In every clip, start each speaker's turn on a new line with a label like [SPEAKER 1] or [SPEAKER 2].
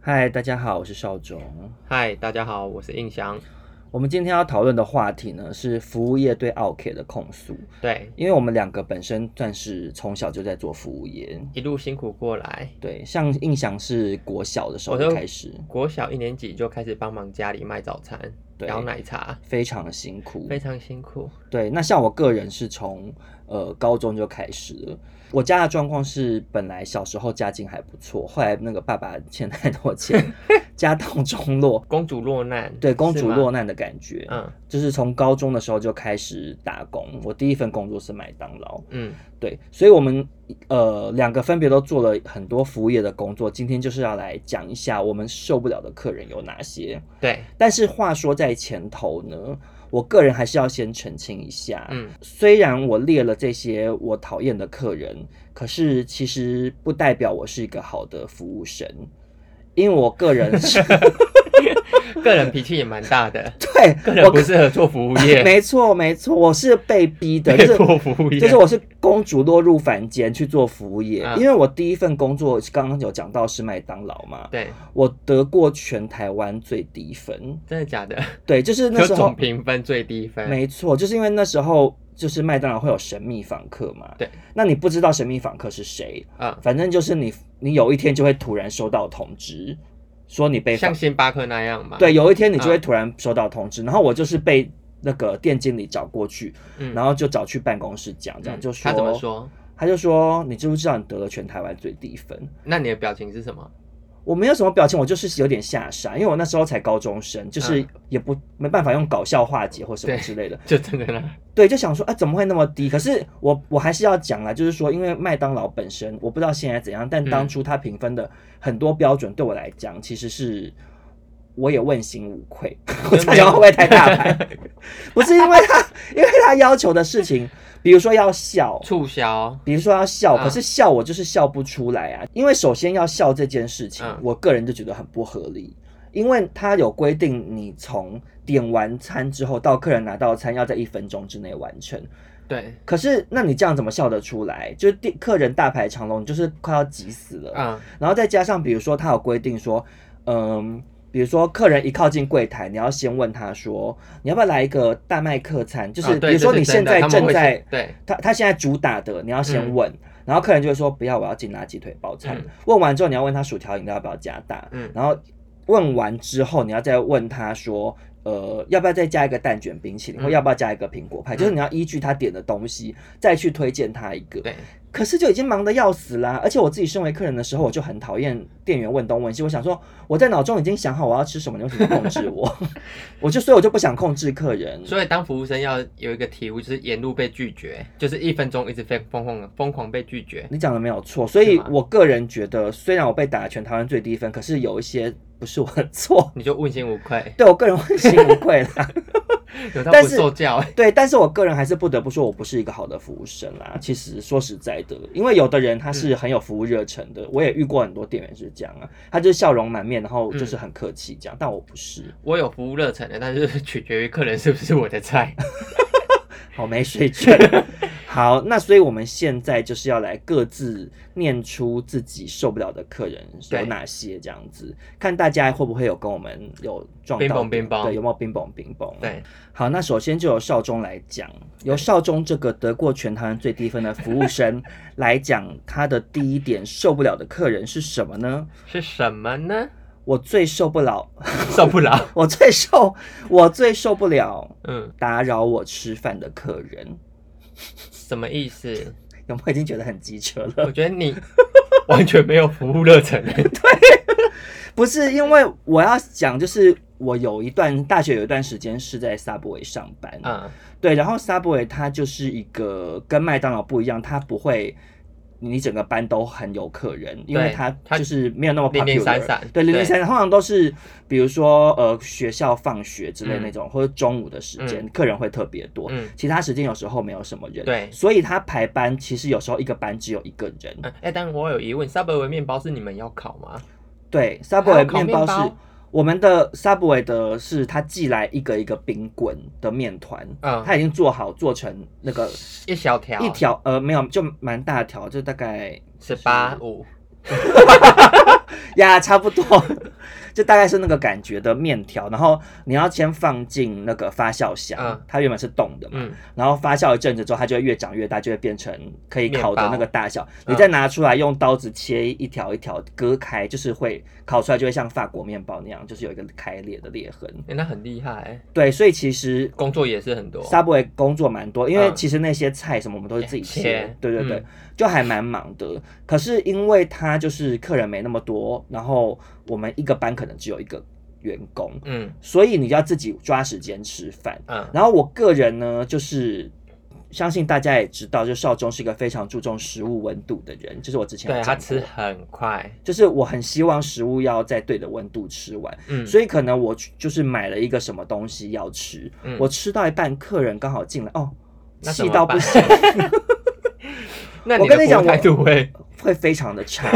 [SPEAKER 1] 嗨，大家好，我是邵总。
[SPEAKER 2] 嗨，大家好，我是印翔。
[SPEAKER 1] 我们今天要讨论的话题呢是服务业对奥 K 的控诉，
[SPEAKER 2] 对，
[SPEAKER 1] 因为我们两个本身算是从小就在做服务业，
[SPEAKER 2] 一路辛苦过来，
[SPEAKER 1] 对，像印象是国小的时候
[SPEAKER 2] 我都
[SPEAKER 1] 开始，
[SPEAKER 2] 国小一年级就开始帮忙家里卖早餐、
[SPEAKER 1] 对
[SPEAKER 2] 摇奶茶，
[SPEAKER 1] 非常的辛苦
[SPEAKER 2] 非。常辛苦。
[SPEAKER 1] 对，那像我个人是从呃高中就开始了。我家的状况是，本来小时候家境还不错，后来那个爸爸欠太多 钱，家道中落，
[SPEAKER 2] 公主落难，
[SPEAKER 1] 对，公主
[SPEAKER 2] 是吗
[SPEAKER 1] 落难的感觉。
[SPEAKER 2] 嗯
[SPEAKER 1] 就是从高中的时候就开始打工，我第一份工作是麦当劳，
[SPEAKER 2] 嗯，
[SPEAKER 1] 对，所以我们呃两个分别都做了很多服务业的工作，今天就是要来讲一下我们受不了的客人有哪些。
[SPEAKER 2] 对，
[SPEAKER 1] 但是话说在前头呢，我个人还是要先澄清一下，
[SPEAKER 2] 嗯，
[SPEAKER 1] 虽然我列了这些我讨厌的客人，可是其实不代表我是一个好的服务生，因为我个人 是，
[SPEAKER 2] 个人脾气也蛮大的
[SPEAKER 1] 对
[SPEAKER 2] 个人
[SPEAKER 1] 我
[SPEAKER 2] 不适合做服务业，
[SPEAKER 1] 没错，没错，我是被逼的，
[SPEAKER 2] 被
[SPEAKER 1] 就是
[SPEAKER 2] 迫服务业，
[SPEAKER 1] 就是我是公主落入凡间去做服务业，
[SPEAKER 2] 嗯
[SPEAKER 1] 因为我第一份工作刚刚有讲到是麦当劳嘛，
[SPEAKER 2] 对，
[SPEAKER 1] 我得过全台湾最低分，
[SPEAKER 2] 真的假的？
[SPEAKER 1] 对，就是那
[SPEAKER 2] 就
[SPEAKER 1] 时
[SPEAKER 2] 总
[SPEAKER 1] 候
[SPEAKER 2] 评分最低分，
[SPEAKER 1] 没错，就是因为那时候就是麦当劳会有神秘访客嘛，
[SPEAKER 2] 对，
[SPEAKER 1] 那你不知道神秘访客是谁，
[SPEAKER 2] 嗯，
[SPEAKER 1] 反正就是你你有一天就会突然收到通知，说你被访
[SPEAKER 2] 像星巴克那样嘛，
[SPEAKER 1] 对，，有一天你就会
[SPEAKER 2] 嗯
[SPEAKER 1] 突然收到通知，然后我就是被那个店经理找过去，
[SPEAKER 2] 嗯
[SPEAKER 1] 然后就找去办公室讲，这样
[SPEAKER 2] 嗯
[SPEAKER 1] 就说，
[SPEAKER 2] 他怎么？说？
[SPEAKER 1] 他就说，你知不知道你得了全台湾最低分？
[SPEAKER 2] 那你的表情是什么？我
[SPEAKER 1] 我没有什么表情，我就是有点吓傻，因为我那时候才高中生，就是
[SPEAKER 2] 嗯
[SPEAKER 1] 也不没办法用搞笑化解或什么
[SPEAKER 2] 对
[SPEAKER 1] 之类的，
[SPEAKER 2] 就真的那，
[SPEAKER 1] 对，就想说，啊，怎么会那么低？可是我我还是要讲啦，就是说，因为麦当劳本身我不知道现在怎样，但当
[SPEAKER 2] 嗯
[SPEAKER 1] 初它评分的很多标准对我来讲，其实是我也问心无愧。我这样会不会太大牌？ 不是因为他，因为他要求的事情，比如说要笑，
[SPEAKER 2] 促销，
[SPEAKER 1] 比如说要笑，可
[SPEAKER 2] 嗯
[SPEAKER 1] 是笑我就是笑不出来啊。因为首先要笑这件事情
[SPEAKER 2] 嗯，
[SPEAKER 1] 我个人就觉得很不合理，因为它有规定，你从点完餐之后到客人拿到餐要在一分钟之内完成。
[SPEAKER 2] 对，
[SPEAKER 1] 可是，那你这样怎么笑得出来？就是店客人大排长龙，你就是快要急死了。
[SPEAKER 2] 嗯，
[SPEAKER 1] 然后再加上，比如说他有规定说，嗯，比如说客人一靠近柜台，你要先问他说，你要不要来一个大麦客餐？就是、
[SPEAKER 2] 啊对
[SPEAKER 1] 比如说
[SPEAKER 2] 这
[SPEAKER 1] 你
[SPEAKER 2] 是
[SPEAKER 1] 现
[SPEAKER 2] 真的
[SPEAKER 1] 在
[SPEAKER 2] 他们
[SPEAKER 1] 正
[SPEAKER 2] 会
[SPEAKER 1] 在
[SPEAKER 2] 对，
[SPEAKER 1] 他他现在主打的，你要先
[SPEAKER 2] 嗯
[SPEAKER 1] 问，然后客人就会说不要，我要进辣鸡腿包餐。
[SPEAKER 2] 嗯
[SPEAKER 1] 问完之后，你要问他薯条饮料要不要加大，
[SPEAKER 2] 嗯
[SPEAKER 1] 然后问完之后，你要再问他说。呃，要不要再加一个蛋卷冰淇淋，或
[SPEAKER 2] 嗯
[SPEAKER 1] 要不要加一个苹果派？就是你要依据他点的东西再去推荐他一个。
[SPEAKER 2] 对，
[SPEAKER 1] 可是就已经忙得要死啦、而且我自己身为客人的时候，我就很讨厌店员问东问西。我想说，我在脑中已经想好我要吃什么，你为什么控制我？ 我就所以我就不想控制客人。
[SPEAKER 2] 所以当服务生要有一个体悟，就是沿路被拒绝，就是一分钟一直被疯狂疯狂被拒绝。
[SPEAKER 1] 你讲的没有错，所以
[SPEAKER 2] 是吗
[SPEAKER 1] 我个人觉得，虽然我被打全台湾最低分，可是有一些不是我的错，，
[SPEAKER 2] 你就问心无愧
[SPEAKER 1] 对我个人问心无愧 啦。
[SPEAKER 2] 有他
[SPEAKER 1] 但
[SPEAKER 2] 不
[SPEAKER 1] 是
[SPEAKER 2] 受教欸。
[SPEAKER 1] 对，但是我个人还是不得不说，我不是一个好的服务生
[SPEAKER 2] 嗯
[SPEAKER 1] 啦。其实说实在的，因为有的人他是很有服务热忱的，我也遇过很多店员是这样啊，他就是笑容满面，然后
[SPEAKER 2] 嗯
[SPEAKER 1] 就是很客气这样，但我不是，啊
[SPEAKER 2] 我有服务热忱的，但是取决于客人是不是我的菜。
[SPEAKER 1] 好没水准。 好，那所以我们现在就是要来各自念出自己受不了的客人有
[SPEAKER 2] 对
[SPEAKER 1] 哪些，这样子看大家会不会有跟我们有撞到
[SPEAKER 2] 冰
[SPEAKER 1] 的，
[SPEAKER 2] 崩冰崩
[SPEAKER 1] 对，有没有冰崩冰崩？，
[SPEAKER 2] 对，
[SPEAKER 1] 好，那首先就由少中来讲，由少中这个得过全台湾最低分的服务 生来讲，他的第一点受不了的客人是什么呢？
[SPEAKER 2] 是什么呢？
[SPEAKER 1] 我最受不了，
[SPEAKER 2] 受不了。
[SPEAKER 1] 我最受，我最受不了
[SPEAKER 2] 嗯，
[SPEAKER 1] 打扰我吃饭的客人。
[SPEAKER 2] 什么意思？
[SPEAKER 1] 有没有已经觉得很机车了？
[SPEAKER 2] 我觉得 你完全没有服务热忱欸。
[SPEAKER 1] 不是因为我要讲，就是我有一段大学有一段时间是在 Subway 上班，
[SPEAKER 2] 嗯，
[SPEAKER 1] 对，然后 Subway 它就是一个跟麦当劳不一样，它不会你整个班都很有客人，因为
[SPEAKER 2] 对
[SPEAKER 1] 它
[SPEAKER 2] 它
[SPEAKER 1] 就是没有那么 popular,
[SPEAKER 2] 零零散散
[SPEAKER 1] 对，零零
[SPEAKER 2] 对
[SPEAKER 1] 散散通常都是比如说呃学校放学之类那
[SPEAKER 2] 嗯
[SPEAKER 1] 种，或者中午的时间、客人会特别多，
[SPEAKER 2] 嗯
[SPEAKER 1] 其他时间有时候没有什么人，
[SPEAKER 2] 对
[SPEAKER 1] 所以它排班其实有时候一个班只有一个人，
[SPEAKER 2] 哎、欸，但我有疑问，Subway 面包是你们要烤吗？
[SPEAKER 1] 对
[SPEAKER 2] 还
[SPEAKER 1] ，Subway
[SPEAKER 2] 有烤
[SPEAKER 1] 面包
[SPEAKER 2] 面包
[SPEAKER 1] 是我们的 Subway 的是它寄来一个一个冰棍的面团，
[SPEAKER 2] 嗯
[SPEAKER 1] 它已经做好做成那个
[SPEAKER 2] 一小条，
[SPEAKER 1] 一条呃没有就蛮大条，就大概
[SPEAKER 2] 十八五，
[SPEAKER 1] 呀差不多， 就大概是那个感觉的面条，然后你要先放进那个发酵箱，
[SPEAKER 2] 嗯
[SPEAKER 1] 它原本是冻的嘛，
[SPEAKER 2] 嗯，
[SPEAKER 1] 然后发酵一阵子之后，它就会越长越大，就会变成可以烤的那个大小。
[SPEAKER 2] 包嗯
[SPEAKER 1] 你再拿出来用刀子切一条一条割开，就是会烤出来就会像法国面包那样，就是有一个开裂的裂痕。
[SPEAKER 2] 欸那很厉害欸，
[SPEAKER 1] 对，所以其实
[SPEAKER 2] 工作也是很多。
[SPEAKER 1] Subway 工作蛮多，因为
[SPEAKER 2] 嗯
[SPEAKER 1] 其实那些菜什么我们都是自己切，
[SPEAKER 2] 切
[SPEAKER 1] 对对对，
[SPEAKER 2] 嗯
[SPEAKER 1] 就还蛮忙的。可是因为他就是客人没那么多，然后我们一个班可能只有一个员工，
[SPEAKER 2] 嗯
[SPEAKER 1] 所以你就要自己抓时间吃饭。
[SPEAKER 2] 嗯
[SPEAKER 1] 然后我个人呢，就是相信大家也知道，就少中是一个非常注重食物温度的人，就是我之前有
[SPEAKER 2] 对他
[SPEAKER 1] 讲过
[SPEAKER 2] 吃，很快，
[SPEAKER 1] 就是我很希望食物要在对的温度吃完，
[SPEAKER 2] 嗯，
[SPEAKER 1] 所以可能我去就是买了一个什么东西要吃，
[SPEAKER 2] 嗯
[SPEAKER 1] 我吃到一半，客人刚好进来，哦，
[SPEAKER 2] 那
[SPEAKER 1] 气
[SPEAKER 2] 怎么
[SPEAKER 1] 到
[SPEAKER 2] 办
[SPEAKER 1] 不行，
[SPEAKER 2] 那
[SPEAKER 1] 我
[SPEAKER 2] 你的
[SPEAKER 1] 跟你
[SPEAKER 2] 服务
[SPEAKER 1] 讲
[SPEAKER 2] 态
[SPEAKER 1] 我
[SPEAKER 2] 度会
[SPEAKER 1] 会非常的差，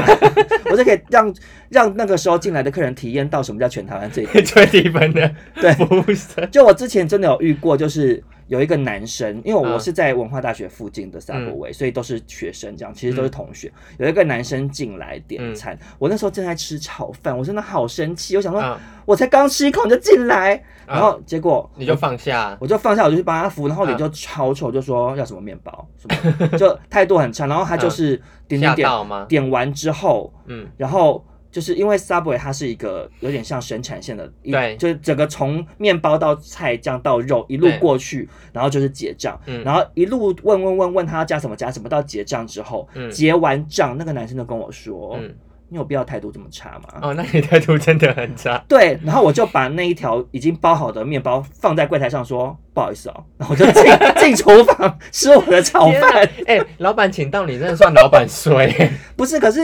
[SPEAKER 1] 我就可以让让那个时候进来的客人体验到什么叫全台湾最低
[SPEAKER 2] 最低分的
[SPEAKER 1] 对
[SPEAKER 2] 服务生，
[SPEAKER 1] 就我之前真的有遇过，就是有一个男生，因为我
[SPEAKER 2] 嗯
[SPEAKER 1] 是在文化大学附近的 Subway，、所以都是学生这样，其实
[SPEAKER 2] 嗯
[SPEAKER 1] 都是同学。有一个男生进来点餐，我那时候正在吃炒饭，我真的好生气，我想说，
[SPEAKER 2] 嗯
[SPEAKER 1] 我才刚吃一口你就进来，
[SPEAKER 2] 嗯
[SPEAKER 1] 然后结果
[SPEAKER 2] 你就放下，
[SPEAKER 1] 我就放下，我就去帮他扶，然后脸
[SPEAKER 2] 嗯
[SPEAKER 1] 就超臭，就说要什么面包，什么就态度很差，然后他就是点点
[SPEAKER 2] 嗯吓
[SPEAKER 1] 点，
[SPEAKER 2] 到吗？
[SPEAKER 1] 点完之后，
[SPEAKER 2] 嗯，
[SPEAKER 1] 然后就是因为 Subway 它是一个有点像生产线的，一
[SPEAKER 2] 对
[SPEAKER 1] 就是整个从面包到菜酱到肉一路
[SPEAKER 2] 对
[SPEAKER 1] 过去，然后就是结账，
[SPEAKER 2] 嗯
[SPEAKER 1] 然后一路问问问问他要加什么加什么，到结账之后，
[SPEAKER 2] 嗯
[SPEAKER 1] 结完账那个男生就跟我说：“
[SPEAKER 2] 嗯
[SPEAKER 1] 你有必要态度这么差吗？”
[SPEAKER 2] 哦，那你态度真的很差，
[SPEAKER 1] 对，然后我就把那一条已经包好的面包放在柜台上，说不好意思哦，然后我就 进进厨房吃我的炒
[SPEAKER 2] 天哪
[SPEAKER 1] 饭。
[SPEAKER 2] 哎，老板请到你，真的算老板衰，
[SPEAKER 1] 不是，可是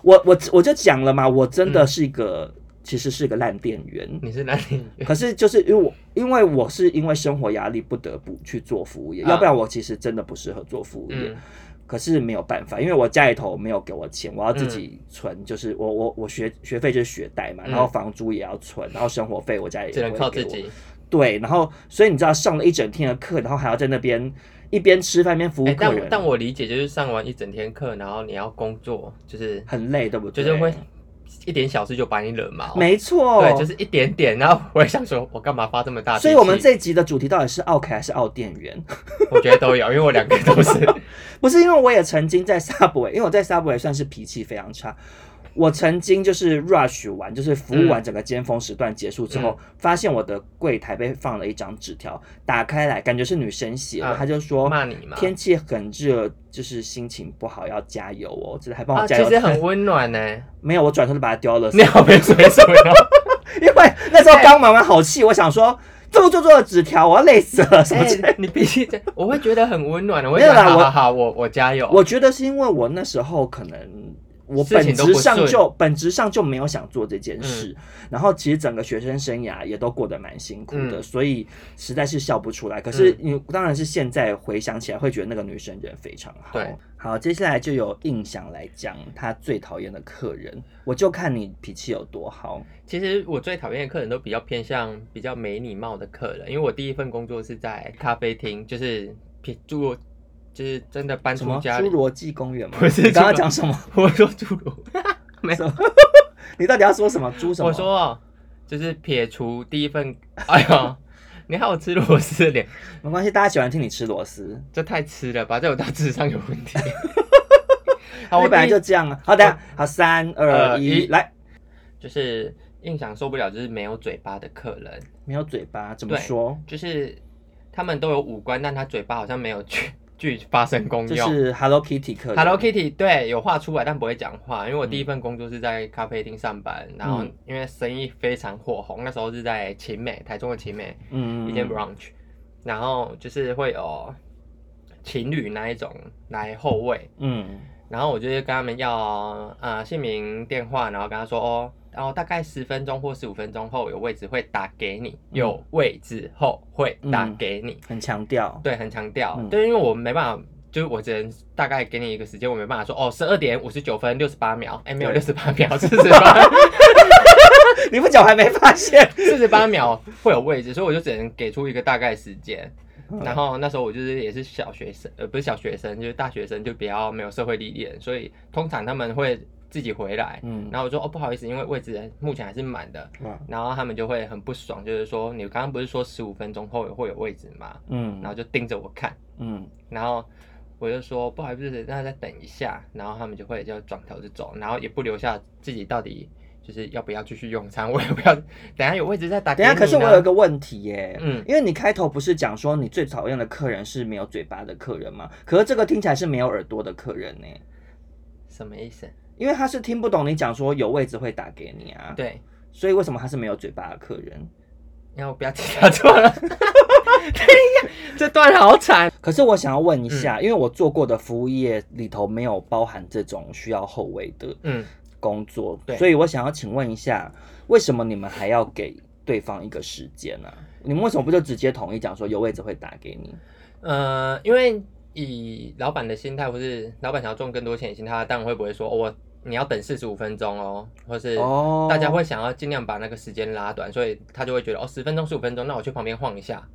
[SPEAKER 1] 我我我就讲了嘛，我真
[SPEAKER 2] 嗯
[SPEAKER 1] 的是一个、其实是一个烂店员，
[SPEAKER 2] 你是哪 里？
[SPEAKER 1] 可是就是因为我，因为我是因为生活压力不得不去做服务业，
[SPEAKER 2] 啊
[SPEAKER 1] 要不然我其实真的不适合做服务业。
[SPEAKER 2] 嗯
[SPEAKER 1] 可是没有办法，因为我家里头没有给我钱，我要自己存，就是我我我学学费就是学贷嘛，
[SPEAKER 2] 嗯
[SPEAKER 1] 然后房租也要存，然后生活费我家里
[SPEAKER 2] 只
[SPEAKER 1] 也
[SPEAKER 2] 能
[SPEAKER 1] 不
[SPEAKER 2] 靠
[SPEAKER 1] 会给
[SPEAKER 2] 自
[SPEAKER 1] 我。
[SPEAKER 2] 己，
[SPEAKER 1] 对，然后所以你知道上了一整天的课，然后还要在那边一边吃饭一边服务
[SPEAKER 2] 哎，
[SPEAKER 1] 客人，
[SPEAKER 2] 但但我理解就是上完一整天课，然后你要工作，就是
[SPEAKER 1] 很累，对不
[SPEAKER 2] 就
[SPEAKER 1] 对？
[SPEAKER 2] 是会一点小事就把你惹毛，
[SPEAKER 1] 没错，
[SPEAKER 2] 对，就是一点点，然后我也想说，我干嘛发这么大脾气？
[SPEAKER 1] 所以我们这一集的主题到底是奥凯还是奥店员？
[SPEAKER 2] 我觉得都有，因为我两个 都是，
[SPEAKER 1] 不是因为我也曾经在 Subway，因为我在 Subway 算是脾气非常差。我曾经就是 rush 完，就是服务完
[SPEAKER 2] 嗯
[SPEAKER 1] 整个尖峰时段结束之后，发现我的柜台被放了一张纸条，打开来感觉是女生写的，
[SPEAKER 2] 啊
[SPEAKER 1] 她就说
[SPEAKER 2] 骂你嘛
[SPEAKER 1] 天气很热，就是心情不好，要加油哦，就是还帮我
[SPEAKER 2] 啊，
[SPEAKER 1] 加
[SPEAKER 2] 其
[SPEAKER 1] 油。
[SPEAKER 2] 实很温暖呢、
[SPEAKER 1] 没有，我转头就把它丢了，
[SPEAKER 2] 你好哎没水准哦，
[SPEAKER 1] 因为那时候刚忙完好气，我想说这么做作的纸条，我要累死了什么
[SPEAKER 2] 哎
[SPEAKER 1] 之类的。
[SPEAKER 2] 你必须这样，我会觉得很温暖的，我会
[SPEAKER 1] 没
[SPEAKER 2] 觉
[SPEAKER 1] 有
[SPEAKER 2] 得
[SPEAKER 1] 啦
[SPEAKER 2] 好
[SPEAKER 1] 我
[SPEAKER 2] 好好，我我加油，
[SPEAKER 1] 我觉得是因为我那时候可能我
[SPEAKER 2] 事
[SPEAKER 1] 本
[SPEAKER 2] 情都
[SPEAKER 1] 质
[SPEAKER 2] 不顺嗯
[SPEAKER 1] 上就本质上就没有想做这件事，然后其实整个学生生涯也都过得蛮辛苦的，
[SPEAKER 2] 嗯
[SPEAKER 1] 所以实在是笑不出来。可是
[SPEAKER 2] 嗯
[SPEAKER 1] 你当然是现在回想起来会觉得那个女生人非常好
[SPEAKER 2] 对。
[SPEAKER 1] 好，接下来就由印象来讲她最讨厌的客人，我就看你脾气有多好。
[SPEAKER 2] 其实我最讨厌的客人都比较偏向比较没礼貌的客人，因为我第一份工作是在咖啡厅，就是偏侏罗，就是真的搬
[SPEAKER 1] 什
[SPEAKER 2] 出
[SPEAKER 1] 么
[SPEAKER 2] 家
[SPEAKER 1] 侏
[SPEAKER 2] 里，
[SPEAKER 1] 罗纪公园吗？
[SPEAKER 2] 不是
[SPEAKER 1] 你刚刚
[SPEAKER 2] 侏罗
[SPEAKER 1] 讲什么？
[SPEAKER 2] 我说侏罗，没
[SPEAKER 1] 什么？你到底要说什么？猪什么？
[SPEAKER 2] 我说哦就是撇除第一份， 哎呦，你看我吃螺丝的脸，
[SPEAKER 1] 没关系，大家喜欢听你吃螺丝。
[SPEAKER 2] 这太吃了吧，这有大智商有问 题。好，
[SPEAKER 1] 好，
[SPEAKER 2] 我
[SPEAKER 1] 我本来
[SPEAKER 2] 第一
[SPEAKER 1] 就这样啊。好，等一下，好，三二
[SPEAKER 2] 呃
[SPEAKER 1] 一，
[SPEAKER 2] 一
[SPEAKER 1] 来，
[SPEAKER 2] 就是印象受不了，就是没有嘴巴的客人，
[SPEAKER 1] 没有嘴巴怎么
[SPEAKER 2] 对
[SPEAKER 1] 说？
[SPEAKER 2] 就是他们都有五官，但他嘴巴好像没有去去发生功
[SPEAKER 1] 这
[SPEAKER 2] 用。
[SPEAKER 1] 是 Hello Kitty 客人
[SPEAKER 2] Hello Kitty，对，有话出来但不会讲话，因为我第一份工作是在咖啡厅上班，然后
[SPEAKER 1] 嗯
[SPEAKER 2] 因为生意非常火红，那时候是在秦美，台中的秦美，
[SPEAKER 1] 嗯
[SPEAKER 2] 一间 brunch，然后就是会有情侣那一种来后位，
[SPEAKER 1] 嗯，
[SPEAKER 2] 然后我就是跟他们要呃姓名、电话，然后跟他说哦，然后大概十分钟或十五分钟后有位置会打给你，
[SPEAKER 1] 嗯
[SPEAKER 2] 有位置后会打给你，
[SPEAKER 1] 很强调，
[SPEAKER 2] 对，很强调，
[SPEAKER 1] 嗯
[SPEAKER 2] 对，因为我没办法。就是我只能大概给你一个时间，我没办法说哦，十二点五十九分六十八秒，哎、没有
[SPEAKER 1] 对
[SPEAKER 2] 六十八 秒，四十八
[SPEAKER 1] 你不讲我还没发 现。
[SPEAKER 2] 四十八秒会有位置，所以我就只能给出一个大概时间。然
[SPEAKER 1] 后
[SPEAKER 2] 后那时候我就是也是小学生，呃，不是小学生，就是大学生，就比较没有社会历练，所以通常他们会自己回来，
[SPEAKER 1] 嗯，
[SPEAKER 2] 然后我说哦不好意思，因为位置目前还是满的，
[SPEAKER 1] 哇，
[SPEAKER 2] 然后他们就会很不爽，就是说你刚刚不是说十五分钟后会有位置吗？
[SPEAKER 1] 嗯，
[SPEAKER 2] 然后就盯着我看，
[SPEAKER 1] 嗯
[SPEAKER 2] 然后我就说不好意思，那再等一下，然后他们就会就转头就走，然后也不留下自己到底就是要不要继续用餐， 我也不要，等下有位置再打给
[SPEAKER 1] 等
[SPEAKER 2] 你
[SPEAKER 1] 一下，可
[SPEAKER 2] 呢。
[SPEAKER 1] 是我有一个问题耶，
[SPEAKER 2] 嗯，
[SPEAKER 1] 因为你开头不是讲说你最讨厌的客人是没有嘴巴的客人吗？可是这个听起来是没有耳朵的客人呢，
[SPEAKER 2] 什么意思？
[SPEAKER 1] 因为他是听不懂你讲说有位置会打给你啊，，
[SPEAKER 2] 对，
[SPEAKER 1] 所以为什么他是没有嘴巴的客人？
[SPEAKER 2] 然后不要听他错 了。等一下，这段好惨。
[SPEAKER 1] 可是我想要问一
[SPEAKER 2] 嗯
[SPEAKER 1] 下，因为我做过的服务业里头没有包含这种需要后位的
[SPEAKER 2] 嗯，
[SPEAKER 1] 工作，
[SPEAKER 2] 对
[SPEAKER 1] 所以我想要请问一下，为什么你们还要给对方一个时间呢、你们为什么不就直接统一讲说有位置会打给你？
[SPEAKER 2] 呃，因为以老板的心态，或是老板想要赚更多钱的心态，他当然会不会说，哦、我你要等四十五分钟哦，或是
[SPEAKER 1] 哦
[SPEAKER 2] 大家会想要尽量把那个时间拉短，所以他就会觉得哦，十分钟、十五分钟，那我去旁边晃一下，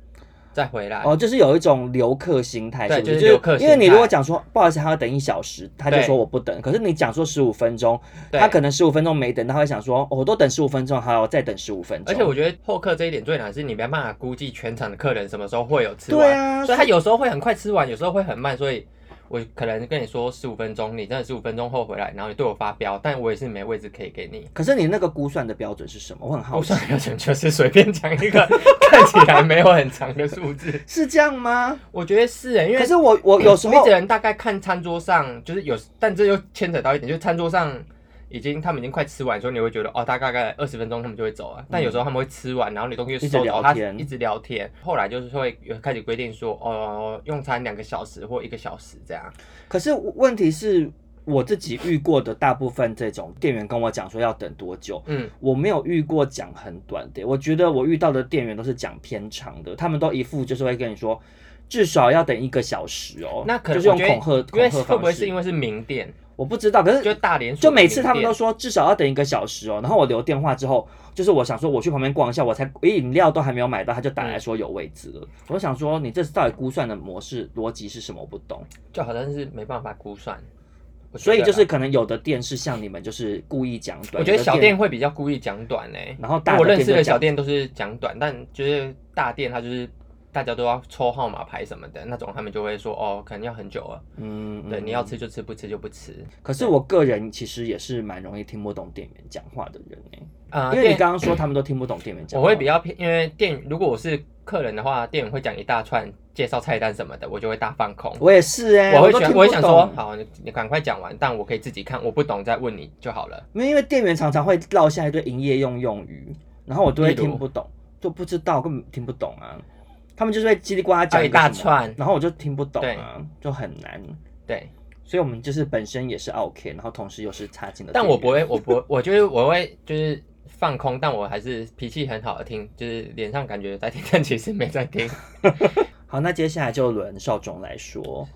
[SPEAKER 2] 再回来。
[SPEAKER 1] 哦，就是有一种留客心态，
[SPEAKER 2] 对
[SPEAKER 1] 是不是
[SPEAKER 2] 就是留客心态
[SPEAKER 1] 因为你如果讲说不好意思，他要等一小时，他就
[SPEAKER 2] 对
[SPEAKER 1] 说我不等。可是你讲说十五分钟，
[SPEAKER 2] 对
[SPEAKER 1] 他可能十五分钟没等，他会想说、哦我都等十五分钟，还要再等十五分钟。
[SPEAKER 2] 而且我觉得后客这一点最难，是你没办法估计全场的客人什么时候会有吃完，
[SPEAKER 1] 对啊
[SPEAKER 2] 所以他有时候会很快吃完，有时候会很慢，所以我可能跟你说十五分钟，你真的十五分钟后回来，然后你对我发飙，但我也是没位置可以给你。
[SPEAKER 1] 可是你那个估算的标准是什么？我很好
[SPEAKER 2] 我
[SPEAKER 1] 奇
[SPEAKER 2] 想，要讲就是随便讲一个看起来没有很长的数字，
[SPEAKER 1] 是这样吗？
[SPEAKER 2] 我觉得是欸，因为
[SPEAKER 1] 可是我我有时
[SPEAKER 2] 我
[SPEAKER 1] 候
[SPEAKER 2] 一直人大概看餐桌上，就是有，但这又牵扯到一点，就是餐桌上已经他们已经快吃完的时候，你会觉得哦，大概大概二十分钟他们就会走啊。但有时候他们会吃完，然后你东西就收
[SPEAKER 1] 一直
[SPEAKER 2] 走，
[SPEAKER 1] 聊
[SPEAKER 2] 他
[SPEAKER 1] 天
[SPEAKER 2] 一直聊天。后来就是会有开始规定说，哦，用餐两个小时或一个小时这样。
[SPEAKER 1] 可是问题是我自己遇过的大部分这种店员跟我讲说要等多久，
[SPEAKER 2] 嗯，
[SPEAKER 1] 我没有遇过讲很短的。我觉得我遇到的店员都是讲偏长的，他们都一副就是会跟你说。至少要等一个小时哦，
[SPEAKER 2] 那可
[SPEAKER 1] 就
[SPEAKER 2] 能
[SPEAKER 1] 是用
[SPEAKER 2] 我觉得
[SPEAKER 1] 恐吓，
[SPEAKER 2] 因为
[SPEAKER 1] 恐吓
[SPEAKER 2] 会不
[SPEAKER 1] 方
[SPEAKER 2] 会
[SPEAKER 1] 式
[SPEAKER 2] 是因为是名店，
[SPEAKER 1] 我不知道，可
[SPEAKER 2] 就是大连锁
[SPEAKER 1] 就
[SPEAKER 2] 的名店
[SPEAKER 1] 每次他们都说至少要等一个小时哦，然后我留电话之后，就是我想说我去旁边逛一下，我才诶饮料都还没有买到，他就打来
[SPEAKER 2] 嗯
[SPEAKER 1] 说有位置了。我想说你这到底估算的模式逻辑是什么？我不懂。
[SPEAKER 2] 就好像是没办法估算，我觉
[SPEAKER 1] 所以
[SPEAKER 2] 得
[SPEAKER 1] 就
[SPEAKER 2] 啦
[SPEAKER 1] 是可能有的店是像你们就是故意讲短，
[SPEAKER 2] 啊我觉
[SPEAKER 1] 有
[SPEAKER 2] 得
[SPEAKER 1] 的
[SPEAKER 2] 小店，会比较故意讲短呢、欸
[SPEAKER 1] 然后大
[SPEAKER 2] 我
[SPEAKER 1] 的
[SPEAKER 2] 认识
[SPEAKER 1] 店
[SPEAKER 2] 的
[SPEAKER 1] 就
[SPEAKER 2] 小
[SPEAKER 1] 讲
[SPEAKER 2] 店都是讲短，但就是大店它就是大家都要抽号码牌什么的那种，他们就会说哦，可能要很久了。
[SPEAKER 1] 嗯，
[SPEAKER 2] 对，
[SPEAKER 1] 嗯
[SPEAKER 2] 你要。吃就吃，不吃就不吃。
[SPEAKER 1] 可是我个人其实也是蛮容易听不懂店员讲话的人诶、
[SPEAKER 2] 啊，
[SPEAKER 1] 因为你
[SPEAKER 2] 店
[SPEAKER 1] 刚刚说他们都听不懂店员讲
[SPEAKER 2] 我
[SPEAKER 1] 话，
[SPEAKER 2] 会比较偏，因为店如果我是客人的话，店员会讲一大串介绍菜单什么的，我就会大放空。
[SPEAKER 1] 我也是哎、
[SPEAKER 2] 我会
[SPEAKER 1] 都
[SPEAKER 2] 想，
[SPEAKER 1] 听
[SPEAKER 2] 我会
[SPEAKER 1] 不
[SPEAKER 2] 想
[SPEAKER 1] 懂
[SPEAKER 2] 说，好，你你赶快讲完，但我可以自己看，我不懂再问你就好了。
[SPEAKER 1] 没有因为店员常常会落下一堆营业用用语，然后我都会
[SPEAKER 2] 例如
[SPEAKER 1] 听不懂，就不知道，根本听不懂啊。他们就是会叽里呱啦讲
[SPEAKER 2] 啊还有一
[SPEAKER 1] 个
[SPEAKER 2] 大
[SPEAKER 1] 什么
[SPEAKER 2] 串
[SPEAKER 1] 然后我就听不懂啊，就很难。
[SPEAKER 2] 对，
[SPEAKER 1] 所以我们就是本身也是 OK，然后同时又是差劲的店
[SPEAKER 2] 但
[SPEAKER 1] 员。
[SPEAKER 2] 我不会，我不，我就是我会就是放空，但我还是脾气很好的听，就是脸上感觉在听， 但其实没在 听。
[SPEAKER 1] 好，那接下来就轮少总来说，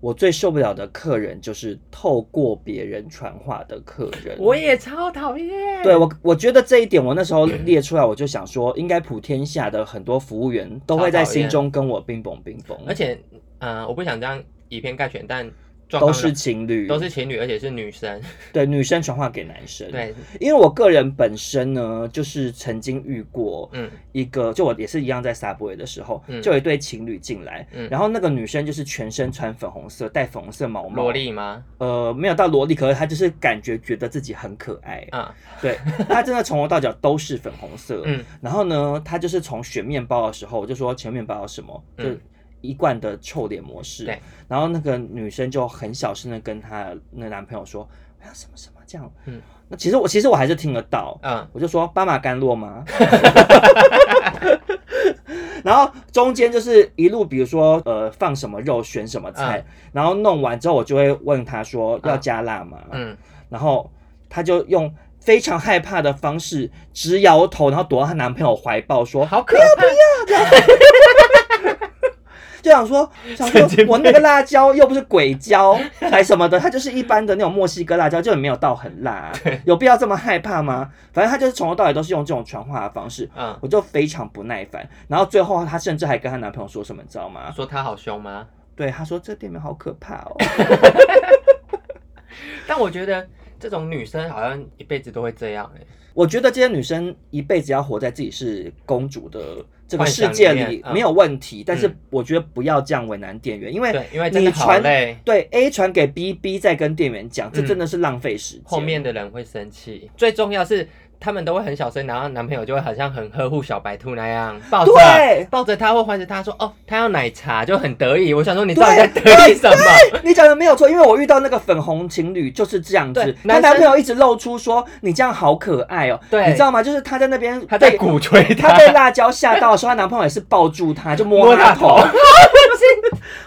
[SPEAKER 1] 我最受不了的客人就是透过别人传话的客人。
[SPEAKER 2] 也超讨厌
[SPEAKER 1] 对我，我觉得这一点，我那时候列出来，我就想说，应该普天下的很多服务员都会在
[SPEAKER 2] 超讨厌
[SPEAKER 1] 心中跟我冰崩冰崩，
[SPEAKER 2] 而且，嗯、我不想这样以偏概全，但状
[SPEAKER 1] 都
[SPEAKER 2] 况
[SPEAKER 1] 是情侣，
[SPEAKER 2] 啊都是情侣，而且是女生。
[SPEAKER 1] 对女生传话给男生。，
[SPEAKER 2] 对，
[SPEAKER 1] 因为我个人本身呢，就是曾经遇过
[SPEAKER 2] 嗯
[SPEAKER 1] 一个，就我也是一样在 Subway 的时候，
[SPEAKER 2] 嗯
[SPEAKER 1] 就有一对情侣进来，
[SPEAKER 2] 嗯
[SPEAKER 1] 然后那个女生就是全身穿粉红色，戴粉红色毛毛，
[SPEAKER 2] 萝莉吗？
[SPEAKER 1] 呃，没有到萝莉，可是她就是感觉觉得自己很可爱，
[SPEAKER 2] 啊，
[SPEAKER 1] 对她真的从头到脚都是粉红色。
[SPEAKER 2] 嗯
[SPEAKER 1] 然后呢，她就是从选面包的时候，我就说前面包有什么，就
[SPEAKER 2] 嗯
[SPEAKER 1] 一贯的臭脸模式。
[SPEAKER 2] 对
[SPEAKER 1] 然后那个女生就很小声的跟她那个男朋友说：“我要什么什么这样。”
[SPEAKER 2] 嗯
[SPEAKER 1] 那其实我其实我还是听得到，
[SPEAKER 2] 嗯，
[SPEAKER 1] 我就说巴马甘露吗？ 然后中间就是一路，比如说呃放什么肉，选什么菜，然后弄完之后，我就会问他说要加辣吗？
[SPEAKER 2] 嗯，
[SPEAKER 1] 然后他就用非常害怕的方式直摇头，然后躲到她男朋友怀抱说，
[SPEAKER 2] 好可怕！
[SPEAKER 1] 就想说想
[SPEAKER 2] 神经
[SPEAKER 1] 说
[SPEAKER 2] 病
[SPEAKER 1] 我那个辣椒又不是鬼椒还什么的，它就是一般的那种墨西哥辣椒，就也没有到很辣啊、有必要这么害怕吗？反正他就是从头到尾都是用这种传话的方式，
[SPEAKER 2] 嗯，
[SPEAKER 1] 我就非常不耐烦。然后最后她甚至还跟她男朋友说什么，你知道吗？
[SPEAKER 2] 说她好凶吗？
[SPEAKER 1] 对，她说这店面好可怕哦。
[SPEAKER 2] 但我觉得这种女生好像一辈子都会这样哎、
[SPEAKER 1] 我觉得这些女生一辈子要活在自己是公主的这个
[SPEAKER 2] 幻
[SPEAKER 1] 世
[SPEAKER 2] 想
[SPEAKER 1] 界
[SPEAKER 2] 里面
[SPEAKER 1] 里
[SPEAKER 2] 嗯
[SPEAKER 1] 没有问题，但是
[SPEAKER 2] 嗯
[SPEAKER 1] 我觉得不要这样为难店员，因为
[SPEAKER 2] 对，因为真
[SPEAKER 1] 哎你
[SPEAKER 2] 的好
[SPEAKER 1] 传
[SPEAKER 2] 累，
[SPEAKER 1] 对 A 传给 B，B 再跟店员讲，这
[SPEAKER 2] 嗯
[SPEAKER 1] 真的是浪费时间。
[SPEAKER 2] 后面的人会生气。最重要是他们都会很小声，然后男朋友就会好像很呵护小白兔那样抱着
[SPEAKER 1] 对
[SPEAKER 2] 抱着她或怀着她说哦，她要奶茶，就很得意。我想说你
[SPEAKER 1] 对
[SPEAKER 2] 到底在得意什么？
[SPEAKER 1] 你讲的没有错，因为我遇到那个粉红情侣就是这样子
[SPEAKER 2] 对，
[SPEAKER 1] 她
[SPEAKER 2] 男生
[SPEAKER 1] 男朋友一直露出说你这样好可爱哦、
[SPEAKER 2] 对
[SPEAKER 1] 你知道吗？就是她在那边
[SPEAKER 2] 她在
[SPEAKER 1] 被
[SPEAKER 2] 鼓吹
[SPEAKER 1] 她
[SPEAKER 2] 她
[SPEAKER 1] 被辣椒吓到的时候，她男朋友也是抱住她就摸
[SPEAKER 2] 摸
[SPEAKER 1] 她
[SPEAKER 2] 她
[SPEAKER 1] 头，
[SPEAKER 2] 头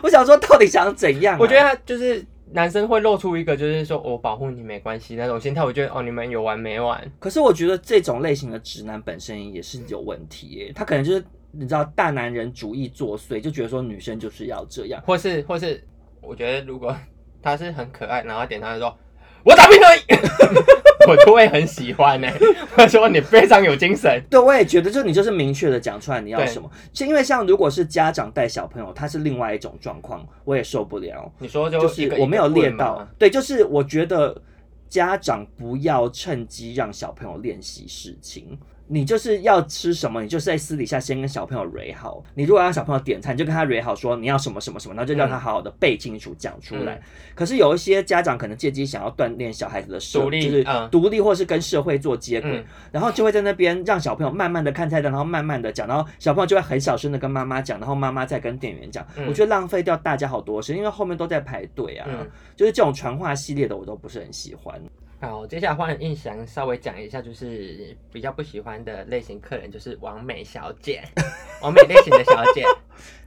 [SPEAKER 1] 我想说到底想怎样啊、
[SPEAKER 2] 我觉得他就是男生会露出一个就是说我保护你没关系那种心态，我觉得哦你们有完没完？
[SPEAKER 1] 可是我觉得这种类型的直男本身也是有问题耶，他可能就是你知道大男人主义作祟，就觉得说女生就是要这样。
[SPEAKER 2] 或是或是我觉得如果他是很可爱，然后点他就说我打平衡， 我就会很喜欢呢、 我说你非常有精神，
[SPEAKER 1] 对，我也觉得，就你就是明确的讲出来你要
[SPEAKER 2] 对
[SPEAKER 1] 什么，是因为像如果是家长带小朋友，他是另外一种状况，我也受不了。
[SPEAKER 2] 你说就
[SPEAKER 1] 就
[SPEAKER 2] 一
[SPEAKER 1] 是
[SPEAKER 2] 个
[SPEAKER 1] 我没有练。
[SPEAKER 2] 一个
[SPEAKER 1] 到
[SPEAKER 2] 问嘛，
[SPEAKER 1] 对，就是我觉得家长不要趁机让小朋友练习事情。你就是要吃什么，你就是在私底下先跟小朋友蕊好。你如果让小朋友点餐，你就跟他蕊好说你要什么什么什么，然后就让他好好的背清楚讲出来。
[SPEAKER 2] 嗯
[SPEAKER 1] 可是有一些家长可能借机想要锻炼小孩子的社，
[SPEAKER 2] 独立
[SPEAKER 1] 就是
[SPEAKER 2] 嗯
[SPEAKER 1] 独立或是跟社会做接轨，
[SPEAKER 2] 嗯
[SPEAKER 1] 然后就会在那边让小朋友慢慢的看菜单，然后慢慢的讲，然后小朋友就会很小声的跟妈妈讲，然后妈妈再跟店员讲。
[SPEAKER 2] 嗯
[SPEAKER 1] 我觉得浪费掉大家好多时间，因为后面都在排队啊。
[SPEAKER 2] 嗯
[SPEAKER 1] 就是这种传话系列的，我都不是很喜欢。
[SPEAKER 2] 好，接下来换印翔稍微讲一下，就是比较不喜欢的类型客人，就是完美小姐， 完美类型的小姐。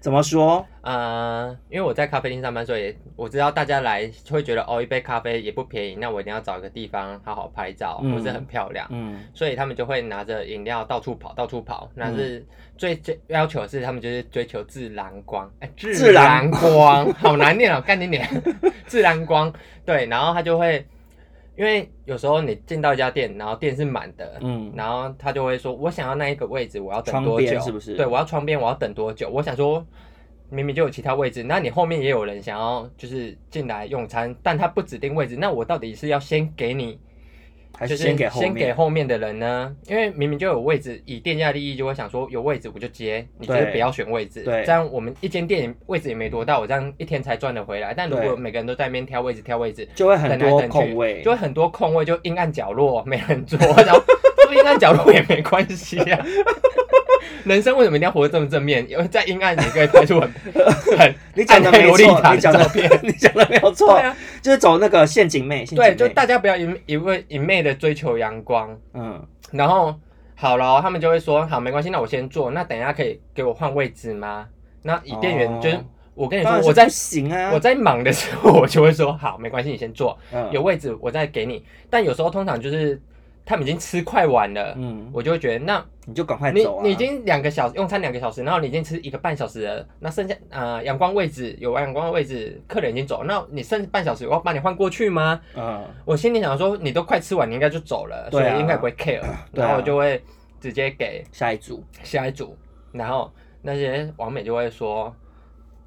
[SPEAKER 1] 怎么说？
[SPEAKER 2] 呃，因为我在咖啡厅上班，所以我知道大家来会觉得哦，一杯咖啡也不便宜，那我一定要找个地方好好拍照，
[SPEAKER 1] 嗯
[SPEAKER 2] 或是很漂亮。
[SPEAKER 1] 嗯，
[SPEAKER 2] 所以他们就会拿着饮料到处跑，到处跑。那是最最要求的是，他们就是追求自然光，哎、
[SPEAKER 1] 自
[SPEAKER 2] 自
[SPEAKER 1] 然
[SPEAKER 2] 然光，好难念哦，干你脸， 自然光。对，然后他就会，因为有时候你进到一家店，然后店是满的，
[SPEAKER 1] 嗯
[SPEAKER 2] 然后他就会说，我想要那一个位置，我要等
[SPEAKER 1] 窗
[SPEAKER 2] 多
[SPEAKER 1] 边
[SPEAKER 2] 久？
[SPEAKER 1] 是不是
[SPEAKER 2] 对，我要窗边，我要等多久？我想说。明明就有其他位置，那你后面也有人想要就是进来用餐，但他不指定位置，那我到底是要先给你
[SPEAKER 1] 还
[SPEAKER 2] 就是是
[SPEAKER 1] 先给后
[SPEAKER 2] 先给
[SPEAKER 1] 面。
[SPEAKER 2] 后面的人呢？因为明明就有位置，以店家利益就会想说有位置我就接，你就是
[SPEAKER 1] 对
[SPEAKER 2] 不要选位置，
[SPEAKER 1] 对
[SPEAKER 2] 这样我们一间店也位置也没多大，我这样一天才赚得回来。但如
[SPEAKER 1] 对
[SPEAKER 2] 果每个人都在那边挑位置挑位置，
[SPEAKER 1] 就会很
[SPEAKER 2] 等来
[SPEAKER 1] 多
[SPEAKER 2] 等
[SPEAKER 1] 空
[SPEAKER 2] 去，
[SPEAKER 1] 位，
[SPEAKER 2] 就会很多空位，就阴暗角落没人坐，然 后坐阴暗角落也没关系啊。人生为什么一定要活得这么正面？因为在阴暗，你可以 拍出很很
[SPEAKER 1] 你讲的
[SPEAKER 2] 暗黑
[SPEAKER 1] 没
[SPEAKER 2] 洛丽
[SPEAKER 1] 错，
[SPEAKER 2] 塔
[SPEAKER 1] 你讲
[SPEAKER 2] 的
[SPEAKER 1] 的，
[SPEAKER 2] 照片
[SPEAKER 1] 你讲的没有
[SPEAKER 2] 对
[SPEAKER 1] 错，
[SPEAKER 2] 啊，
[SPEAKER 1] 就是走那个陷阱妹，陷阱
[SPEAKER 2] 对，
[SPEAKER 1] 妹，
[SPEAKER 2] 就大家不要一一味一昧的追求阳光，
[SPEAKER 1] 嗯，
[SPEAKER 2] 然后好了，他们就会说好，没关系，那我先坐，那等一下可以给我换位置吗？那以店员
[SPEAKER 1] 哦
[SPEAKER 2] 就是、我跟你
[SPEAKER 1] 当然，是
[SPEAKER 2] 说嗯我在
[SPEAKER 1] 不行啊，
[SPEAKER 2] 我在忙的时候，我就会说好，没关系，你先坐，
[SPEAKER 1] 嗯
[SPEAKER 2] 有位置我再给你。但有时候通常就是他们已经吃快完了，
[SPEAKER 1] 嗯，
[SPEAKER 2] 我就会觉得那
[SPEAKER 1] 你就赶快
[SPEAKER 2] 你
[SPEAKER 1] 走啊，
[SPEAKER 2] 你已经两个小时用餐两个小时，然后你已经吃一个半小时了，那剩下呃阳光位置有阳光的位置，客人已经走，那你剩半小时，我要把你换过去吗？
[SPEAKER 1] 嗯，
[SPEAKER 2] 我心里想说，你都快吃完，你应该就走了，
[SPEAKER 1] 对
[SPEAKER 2] 所
[SPEAKER 1] 啊
[SPEAKER 2] 以应该不会 care，、
[SPEAKER 1] 对啊
[SPEAKER 2] 然后我就会直接给
[SPEAKER 1] 下一组，
[SPEAKER 2] 下一组，然后那些网美就会说，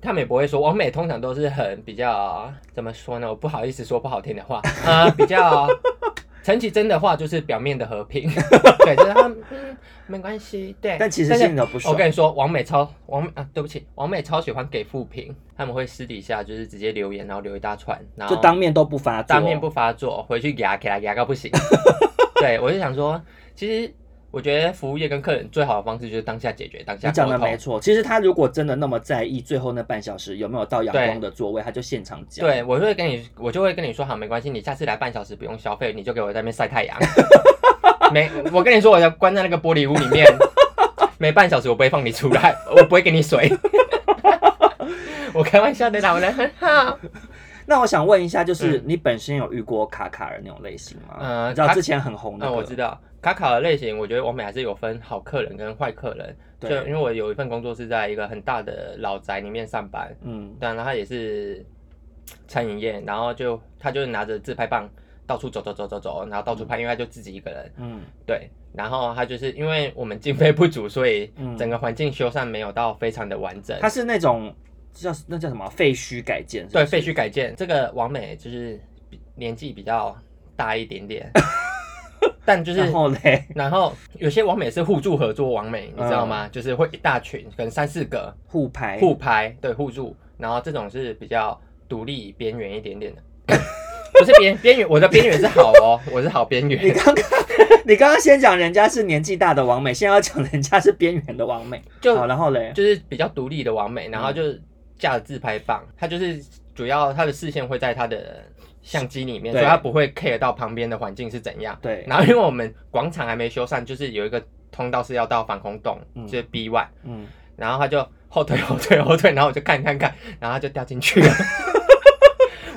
[SPEAKER 2] 他们也不会说，网美通常都是很比较怎么说呢？我不好意思说不好听 的话，啊、比较陈绮贞的话就是表面的和平，对，就是他们嗯没关系，对，
[SPEAKER 1] 但其实心里头不
[SPEAKER 2] 我
[SPEAKER 1] 爽，啊
[SPEAKER 2] 跟你说，王美超王美啊，对不起，王美超喜欢给负评，他们会私底下就是直接留言，然后留一大串，然后
[SPEAKER 1] 就当面都不发作，
[SPEAKER 2] 当面不发作，回去牙给他牙膏不 行。对，我就想说，其实我觉得服务业跟客人最好的方式就是当下解决，当下
[SPEAKER 1] 你讲
[SPEAKER 2] 沟
[SPEAKER 1] 的没
[SPEAKER 2] 通。
[SPEAKER 1] 错，其实他如果真的那么在意最后那半小时有没有到阳光的座位，他就现场讲。
[SPEAKER 2] 对，，我就会跟你，我就会跟你说，好，没关系，你下次来半小时不用消费，你就给我在那边晒 太阳。没，我跟你说，我要关在那个玻璃屋里面，没半小时我不会放你出来，我不会给 你水。我开玩笑的啦，我人很好。
[SPEAKER 1] 那我想问一下，就是你本身有遇过卡卡的那种类型吗？
[SPEAKER 2] 嗯
[SPEAKER 1] 你知道
[SPEAKER 2] 卡
[SPEAKER 1] 之前很红的、
[SPEAKER 2] 嗯，我知道卡卡的类型，我觉得我们还是有分好客人跟坏客人。就因
[SPEAKER 1] 对，
[SPEAKER 2] 为我有一份工作是在一个很大的老宅里面上班，
[SPEAKER 1] 嗯，
[SPEAKER 2] 但他也是餐饮业，然后就他就是拿着自拍棒到处走走走走走，然后到处拍，因为他就自己一个人，
[SPEAKER 1] 嗯，
[SPEAKER 2] 对。然后他就是因为我们经费不足，所以
[SPEAKER 1] 嗯
[SPEAKER 2] 整个环境修缮没有到非常的完整。
[SPEAKER 1] 他是那种叫那叫什么废墟改建是不
[SPEAKER 2] 对
[SPEAKER 1] 是
[SPEAKER 2] 废墟改建，这个王美就是比年纪比较大一 点点，但就是
[SPEAKER 1] 然后嘞，
[SPEAKER 2] 然后有些网美是互助合作网美，
[SPEAKER 1] 嗯
[SPEAKER 2] 你知道吗？就是会一大群，可能三四个
[SPEAKER 1] 互拍
[SPEAKER 2] 互拍，对互助。然后这种是比较独立边缘一点点的， 不是边边缘，我的边缘是好 哦，我是好边
[SPEAKER 1] 你
[SPEAKER 2] 缘，
[SPEAKER 1] 刚刚你刚刚先讲人家是年纪大的王美，现在要讲人家是边缘的王美。
[SPEAKER 2] 就
[SPEAKER 1] 好，嗯然后嘞，
[SPEAKER 2] 就是比较独立的网美，然后就是架着自拍棒，他就是主要他的视线会在他的相机里面，
[SPEAKER 1] 对
[SPEAKER 2] 所以他不会 care 到旁边的环境是怎样。
[SPEAKER 1] 对，
[SPEAKER 2] 然后因为我们广场还没修缮，就是有一个通道是要到防空洞，
[SPEAKER 1] 嗯
[SPEAKER 2] 就是 B one，
[SPEAKER 1] 嗯，
[SPEAKER 2] 然后他就后退后退后退，然后我就看看看，然后他就掉进 去了。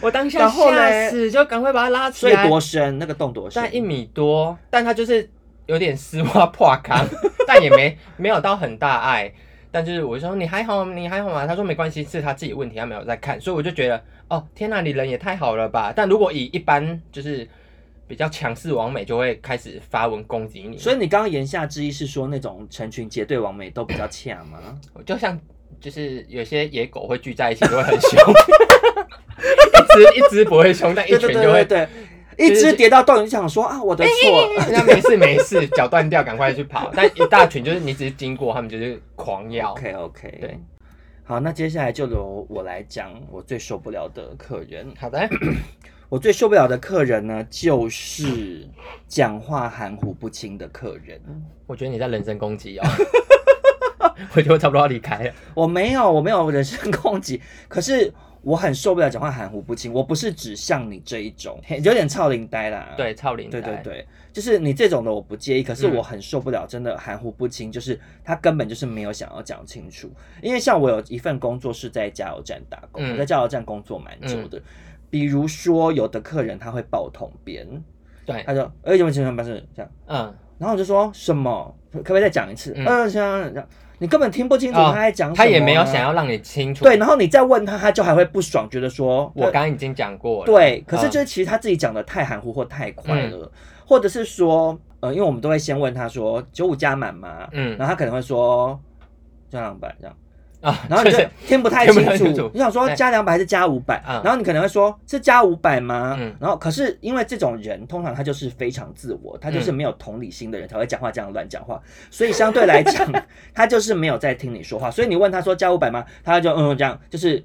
[SPEAKER 2] 我当下
[SPEAKER 1] 然后
[SPEAKER 2] 吓
[SPEAKER 1] 嘞
[SPEAKER 2] 死，就赶快把他拉起
[SPEAKER 1] 所以
[SPEAKER 2] 来，
[SPEAKER 1] 多深？那个洞多
[SPEAKER 2] 在
[SPEAKER 1] 深？
[SPEAKER 2] 一米多，但他就是有点丝袜破康， 但也没没有到很大碍。但就是我就说你还好吗，你还好吗？他说没关系，是他自己问题，他没有在看，所以我就觉得哦，天哪、你人也太好了吧！但如果以一般就是比较强势王美，就会开始发文攻击你，
[SPEAKER 1] 所以你刚刚言下之意是说，那种成群结队王美都比较恰吗？
[SPEAKER 2] 以就像就是有些野狗会聚在一起就会很凶，一只一只不会凶， 但一
[SPEAKER 1] 对
[SPEAKER 2] 群
[SPEAKER 1] 对对
[SPEAKER 2] 就哎会
[SPEAKER 1] 对对，一只跌到洞，你就想说啊，我的错。
[SPEAKER 2] 那没事没事，脚断掉赶快去跑。但一大群就是你只是经过，他们就是狂咬。
[SPEAKER 1] OK OK，
[SPEAKER 2] 对，
[SPEAKER 1] 好，那接下来就由我来讲我最受不了的客人。
[SPEAKER 2] 好的，
[SPEAKER 1] 我最受不了的客人呢，就是讲话含糊不清的客人。
[SPEAKER 2] 我觉得你在人身攻击哦，我觉得我差不多要离开了。
[SPEAKER 1] 我没有，我没有人身攻击，可是我很受不了讲话含糊不清。我不是指向你这一种，嘿有点超龄呆啦。
[SPEAKER 2] 对，超龄
[SPEAKER 1] 对对
[SPEAKER 2] 呆，
[SPEAKER 1] 对，就是你这种的我不介意，可是
[SPEAKER 2] 嗯
[SPEAKER 1] 我很受不了，真的含糊不清，就是他根本就是没有想要讲清楚。因为像我有一份工作是在加油站打工，
[SPEAKER 2] 嗯
[SPEAKER 1] 我在加油站工作蛮久的。比如说，有的客人他会报统编，
[SPEAKER 2] 对
[SPEAKER 1] 他就哎有没有情况办事这样，
[SPEAKER 2] 嗯，
[SPEAKER 1] 然后我就说什么，可不可以再讲一次？
[SPEAKER 2] 嗯
[SPEAKER 1] 呃，这样这样，你根本听不清楚
[SPEAKER 2] 哦
[SPEAKER 1] 他在讲什么、啊
[SPEAKER 2] 他也没有想。要让你清楚。
[SPEAKER 1] 对，，然后你再问他，他就还会不爽，觉得说
[SPEAKER 2] 我刚刚已经讲过了。，
[SPEAKER 1] 对，可是
[SPEAKER 2] 嗯
[SPEAKER 1] 就是其实他自己讲的太含糊或太快了，或者是说，呃，因为我们都会先问他说九五加满吗？
[SPEAKER 2] 嗯
[SPEAKER 1] 然后他可能会说加两百这样，
[SPEAKER 2] 啊，
[SPEAKER 1] 然后你就
[SPEAKER 2] 就是
[SPEAKER 1] 听不太
[SPEAKER 2] 听
[SPEAKER 1] 清
[SPEAKER 2] 不
[SPEAKER 1] 楚，
[SPEAKER 2] 太清楚
[SPEAKER 1] 你想说
[SPEAKER 2] 对
[SPEAKER 1] 加两百还是加五百、
[SPEAKER 2] 嗯
[SPEAKER 1] 然后你可能会说是加五百吗？
[SPEAKER 2] 嗯
[SPEAKER 1] 然后可是因为这种人通常他就是非常自我，他就是
[SPEAKER 2] 嗯
[SPEAKER 1] 没有同理心的人才会讲话这样乱讲话，所以相对来讲他就是没有在听你说话，所以你问他说加五百吗？他就嗯这样就是。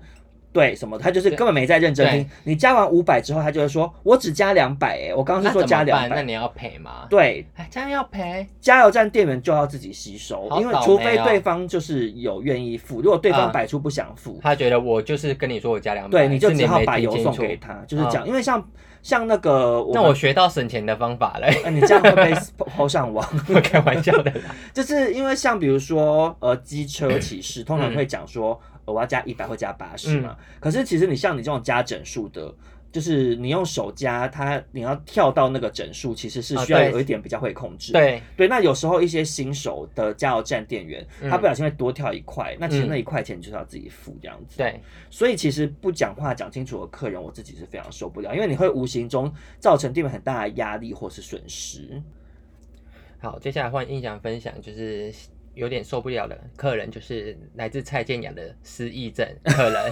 [SPEAKER 1] 对，什么？他就是
[SPEAKER 2] 对
[SPEAKER 1] 根本没在认真
[SPEAKER 2] 对
[SPEAKER 1] 听。你加完五百之后，他就会说：“我只加两百。”哎，我刚刚
[SPEAKER 2] 那
[SPEAKER 1] 是说
[SPEAKER 2] 怎
[SPEAKER 1] 加
[SPEAKER 2] 么
[SPEAKER 1] 两
[SPEAKER 2] 办？那
[SPEAKER 1] 百。
[SPEAKER 2] 你要赔吗？
[SPEAKER 1] 对，
[SPEAKER 2] 哎，这样要赔。
[SPEAKER 1] 加油站店员就要自己吸收，
[SPEAKER 2] 好
[SPEAKER 1] 因为
[SPEAKER 2] 倒
[SPEAKER 1] 除
[SPEAKER 2] 霉
[SPEAKER 1] 非
[SPEAKER 2] 哦
[SPEAKER 1] 对方就是有愿意付，如果对方
[SPEAKER 2] 嗯
[SPEAKER 1] 摆出不想付，
[SPEAKER 2] 他觉得我就是跟你说我加两百，
[SPEAKER 1] 对，你就是只
[SPEAKER 2] 你
[SPEAKER 1] 好
[SPEAKER 2] 没
[SPEAKER 1] 把
[SPEAKER 2] 听
[SPEAKER 1] 油
[SPEAKER 2] 清
[SPEAKER 1] 送
[SPEAKER 2] 楚嗯
[SPEAKER 1] 给。他，就是这样。因为像像那个我们，
[SPEAKER 2] 那我学到省钱的方法了，
[SPEAKER 1] 呃你这样会被 抛上网，
[SPEAKER 2] 我开玩笑的啦。
[SPEAKER 1] 就是因为像比如说呃机车骑士，通
[SPEAKER 2] 嗯
[SPEAKER 1] 常会讲说、呃我要加一百或加八十嘛，可是其实你像你这种加整数的。就是你用手加它，你要跳到那个整数，其实是
[SPEAKER 2] 啊
[SPEAKER 1] 需要
[SPEAKER 2] 对
[SPEAKER 1] 有一点比较会控制。
[SPEAKER 2] 对，
[SPEAKER 1] 对，那有时候一些新手的加油站店员，
[SPEAKER 2] 嗯
[SPEAKER 1] 他不小心会多跳一块，那其实
[SPEAKER 2] 嗯
[SPEAKER 1] 那一块钱就是要自己付这样子。
[SPEAKER 2] 对，
[SPEAKER 1] 所以其实不讲话讲清楚的客人，我自己是非常受不了，因为你会无形中造成店员很大的压力或是损失。
[SPEAKER 2] 好，接下来换印象分享，就是有点受不了的客人，就是来自蔡健雅的失忆症 客人。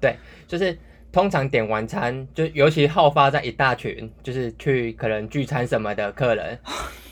[SPEAKER 2] 对，就是通常点完餐，就尤其好发在一大群，就是去可能聚餐什么的客人。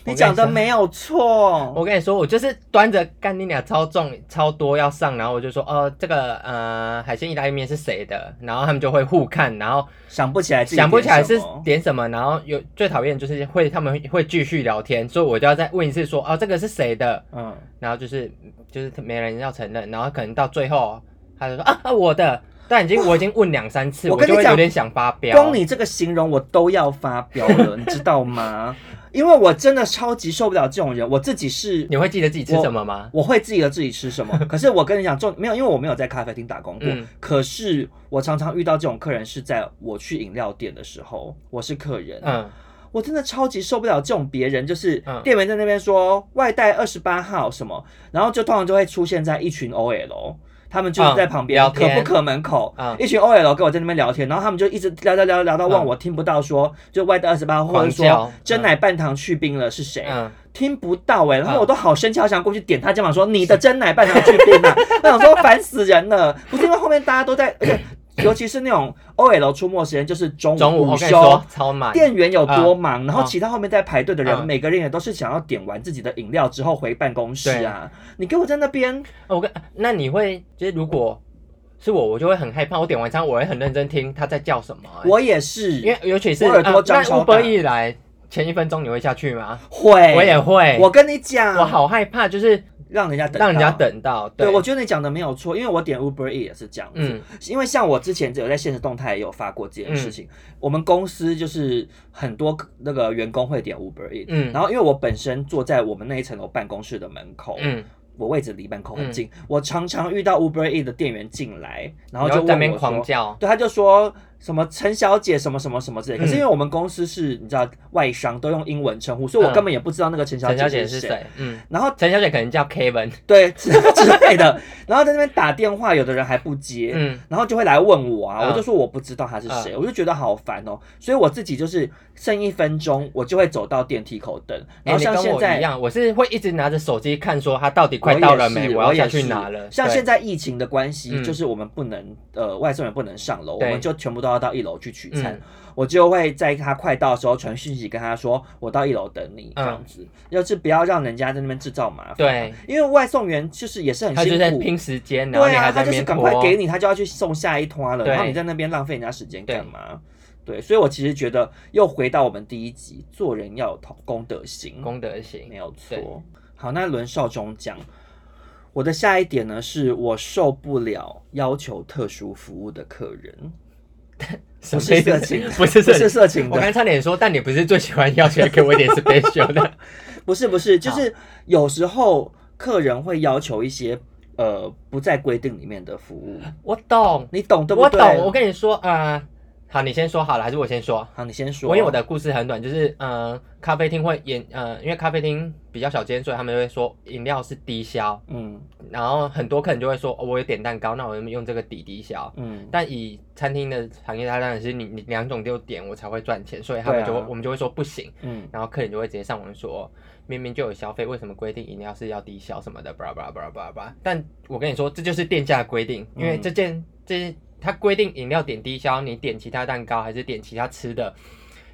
[SPEAKER 1] 你讲的
[SPEAKER 2] 没？
[SPEAKER 1] 没有错，
[SPEAKER 2] 我跟你说，我就是端着干你俩超重超多要上，然后我就说，哦，这个呃海鲜意大利面是谁的？然后他们就会互看，然后
[SPEAKER 1] 想不起来自己
[SPEAKER 2] 想不起来
[SPEAKER 1] 点
[SPEAKER 2] 是
[SPEAKER 1] 什么
[SPEAKER 2] 点什么，然后有最讨厌就是会他们会继续聊天，所以我就要再问一次说，哦，这个是谁的？
[SPEAKER 1] 嗯，
[SPEAKER 2] 然后就是就是没人要承认，然后可能到最后他就说啊啊我的，但已经我已经问两三次，
[SPEAKER 1] 我
[SPEAKER 2] 我
[SPEAKER 1] 跟你
[SPEAKER 2] 就会
[SPEAKER 1] 讲
[SPEAKER 2] 有点想发飙。
[SPEAKER 1] 光你这个形容我都要发飙 了，你知道吗？因为我真的超级受不了这种人，我自己是
[SPEAKER 2] 你会记得自己吃
[SPEAKER 1] 我
[SPEAKER 2] 什么吗？
[SPEAKER 1] 我会记得自己吃 什么，可是我跟你讲，重没有，因为我没有在咖啡厅打工过。
[SPEAKER 2] 嗯
[SPEAKER 1] 可是我常常遇到这种客人，是在我去饮料店的时候，我是客人，
[SPEAKER 2] 嗯，
[SPEAKER 1] 我真的超级受不了这种别人，就是
[SPEAKER 2] 嗯
[SPEAKER 1] 店员在那边说外带二十八号什么，然后就通常就会出现在一群 OL。他们就是在旁边、
[SPEAKER 2] 嗯聊
[SPEAKER 1] 可
[SPEAKER 2] 天
[SPEAKER 1] 不可门口，
[SPEAKER 2] 嗯
[SPEAKER 1] 一群 OL 跟我在那边聊天，然后他们就一直聊聊聊聊到忘
[SPEAKER 2] 嗯
[SPEAKER 1] 我听不到说，就外带二十八，或者
[SPEAKER 2] 狂叫
[SPEAKER 1] 说真奶半糖去冰了是谁，
[SPEAKER 2] 嗯，
[SPEAKER 1] 听不到哎、然后
[SPEAKER 2] 嗯
[SPEAKER 1] 我都好生气，好想过去点他肩 膀说：“你的真奶半糖去冰啊！”我想说烦死人了，不是因为后面大家都在，而且尤其是那种 OL 出没时间，就是中
[SPEAKER 2] 中
[SPEAKER 1] 午
[SPEAKER 2] 午我
[SPEAKER 1] 午
[SPEAKER 2] 跟你说
[SPEAKER 1] 休，
[SPEAKER 2] 超满，
[SPEAKER 1] 店员有多忙，然后
[SPEAKER 2] 嗯
[SPEAKER 1] 其他后面在排队的人，
[SPEAKER 2] 嗯
[SPEAKER 1] 每个人也都是想要点完自己的饮料之后回办公室啊。你给我在那边，
[SPEAKER 2] 哦我跟那你会就是如果是我，我就会很害怕。我点完餐，我会很认真听他在叫什么、欸
[SPEAKER 1] 我也是，
[SPEAKER 2] 因为尤其是
[SPEAKER 1] 我耳朵
[SPEAKER 2] 呃
[SPEAKER 1] 张
[SPEAKER 2] 那
[SPEAKER 1] 超
[SPEAKER 2] 乌
[SPEAKER 1] 大哎
[SPEAKER 2] 波一来前一分钟，你会下去吗？
[SPEAKER 1] 会，
[SPEAKER 2] 我也会，
[SPEAKER 1] 我跟你讲，
[SPEAKER 2] 我好害怕，就是
[SPEAKER 1] 让人家等，
[SPEAKER 2] 让人家。等到。
[SPEAKER 1] 对，
[SPEAKER 2] 对，
[SPEAKER 1] 我觉得你讲的没有错，因为我点 Uber E 也是这样子。
[SPEAKER 2] 嗯
[SPEAKER 1] 因为像我之前有在现实动态也有发过这件事情，
[SPEAKER 2] 嗯
[SPEAKER 1] 我们公司就是很多那个员工会点 Uber E，、
[SPEAKER 2] 嗯
[SPEAKER 1] 然后因为我本身坐在我们那一层楼办公室的门口，
[SPEAKER 2] 嗯，
[SPEAKER 1] 我位置离门口很近，我常常遇到 Uber E 的店员进来，然后
[SPEAKER 2] 然
[SPEAKER 1] 就
[SPEAKER 2] 后在那
[SPEAKER 1] 问
[SPEAKER 2] 边
[SPEAKER 1] 我
[SPEAKER 2] 狂
[SPEAKER 1] 说。
[SPEAKER 2] 叫，
[SPEAKER 1] 对，他就说什么陈小姐什么什么什么之类，可是
[SPEAKER 2] 嗯
[SPEAKER 1] 因为我们公司是你知道外商都用英文称呼，所以我
[SPEAKER 2] 嗯
[SPEAKER 1] 根本也不知道那个陈小
[SPEAKER 2] 陈小姐
[SPEAKER 1] 姐
[SPEAKER 2] 是
[SPEAKER 1] 谁。
[SPEAKER 2] 谁？嗯，
[SPEAKER 1] 然后
[SPEAKER 2] 陈小姐可能叫 Kevin。
[SPEAKER 1] 对之之类的， 然后在那边打电话，有的人还不接，
[SPEAKER 2] 嗯
[SPEAKER 1] 然后就会来问我啊，
[SPEAKER 2] 嗯
[SPEAKER 1] 我就说我不知道他是谁，我就觉得好烦哦，所以我自己就是剩一分钟，我就会走到电梯口等，
[SPEAKER 2] 哎、
[SPEAKER 1] 然后
[SPEAKER 2] 你
[SPEAKER 1] 像
[SPEAKER 2] 跟
[SPEAKER 1] 现
[SPEAKER 2] 我一
[SPEAKER 1] 在。
[SPEAKER 2] 样，我是会一直拿着手机看，说他到底
[SPEAKER 1] 我
[SPEAKER 2] 快
[SPEAKER 1] 也
[SPEAKER 2] 到了没，
[SPEAKER 1] 是
[SPEAKER 2] 要
[SPEAKER 1] 也
[SPEAKER 2] 下去
[SPEAKER 1] 是
[SPEAKER 2] 拿了。
[SPEAKER 1] 像
[SPEAKER 2] 对
[SPEAKER 1] 现在疫情的关系，
[SPEAKER 2] 嗯
[SPEAKER 1] 就是我们不能呃外送员不能上楼，我
[SPEAKER 2] 对
[SPEAKER 1] 们就全部都要到一楼去取餐
[SPEAKER 2] 嗯。
[SPEAKER 1] 我就会在他快到的时候传讯息跟他说，我到一楼等你这
[SPEAKER 2] 嗯
[SPEAKER 1] 样子，要是不要让人家在那边制造麻烦。，
[SPEAKER 2] 对，
[SPEAKER 1] 因为外送员就是也是很
[SPEAKER 2] 他就
[SPEAKER 1] 辛
[SPEAKER 2] 在
[SPEAKER 1] 苦，
[SPEAKER 2] 拼时间，然后
[SPEAKER 1] 对
[SPEAKER 2] 你还
[SPEAKER 1] 啊，
[SPEAKER 2] 在
[SPEAKER 1] 他
[SPEAKER 2] 那
[SPEAKER 1] 就是
[SPEAKER 2] 边
[SPEAKER 1] 赶快
[SPEAKER 2] 拖
[SPEAKER 1] 给你，他就要去送下一团了，
[SPEAKER 2] 对
[SPEAKER 1] 然后你在那边浪费人家时间干嘛？对，所以我其实觉得又回到我们第一集，做人要有同公德心，
[SPEAKER 2] 功德心
[SPEAKER 1] 没。有
[SPEAKER 2] 对
[SPEAKER 1] 错。好，那轮少中讲，我的下一点呢，是我受不了要求特殊服务的客人，
[SPEAKER 2] 什
[SPEAKER 1] 不
[SPEAKER 2] 么
[SPEAKER 1] 是
[SPEAKER 2] 意思
[SPEAKER 1] 色情，
[SPEAKER 2] 不 是
[SPEAKER 1] 不
[SPEAKER 2] 色
[SPEAKER 1] 是
[SPEAKER 2] 情。
[SPEAKER 1] 色情
[SPEAKER 2] 我刚
[SPEAKER 1] 的，
[SPEAKER 2] 差点说，但你不是最喜欢要求给我一点 special 的，
[SPEAKER 1] 不是不是，就是有时候客人会要求一些呃不在规定里面的服务，
[SPEAKER 2] 我懂，
[SPEAKER 1] 你懂对不
[SPEAKER 2] 我
[SPEAKER 1] 对？
[SPEAKER 2] 懂。我跟你说，呃，好，你先说好了，还是我先说？
[SPEAKER 1] 好，你先说。
[SPEAKER 2] 我因为我的故事很短，就是嗯、呃咖啡厅会饮，呃，因为咖啡厅比较小间，所以他们就会说饮料是低消，
[SPEAKER 1] 嗯
[SPEAKER 2] 然后很多客人就会说，哦，我有点蛋糕，那我用这个抵低消。
[SPEAKER 1] 嗯，
[SPEAKER 2] 但以餐厅的行业，它当然是你你两种都点，我才会赚钱，所以他们就会、
[SPEAKER 1] 对啊
[SPEAKER 2] 我们就会说不行，
[SPEAKER 1] 嗯
[SPEAKER 2] 然后客人就会直接上网说，明明就有消费，为什么规定饮料是要低消什么的，巴拉巴拉巴拉巴拉巴拉。但我跟你说，这就是店家的规定，因为
[SPEAKER 1] 嗯
[SPEAKER 2] 这件、这他规定饮料点低消，你点其他蛋糕还是点其他吃的，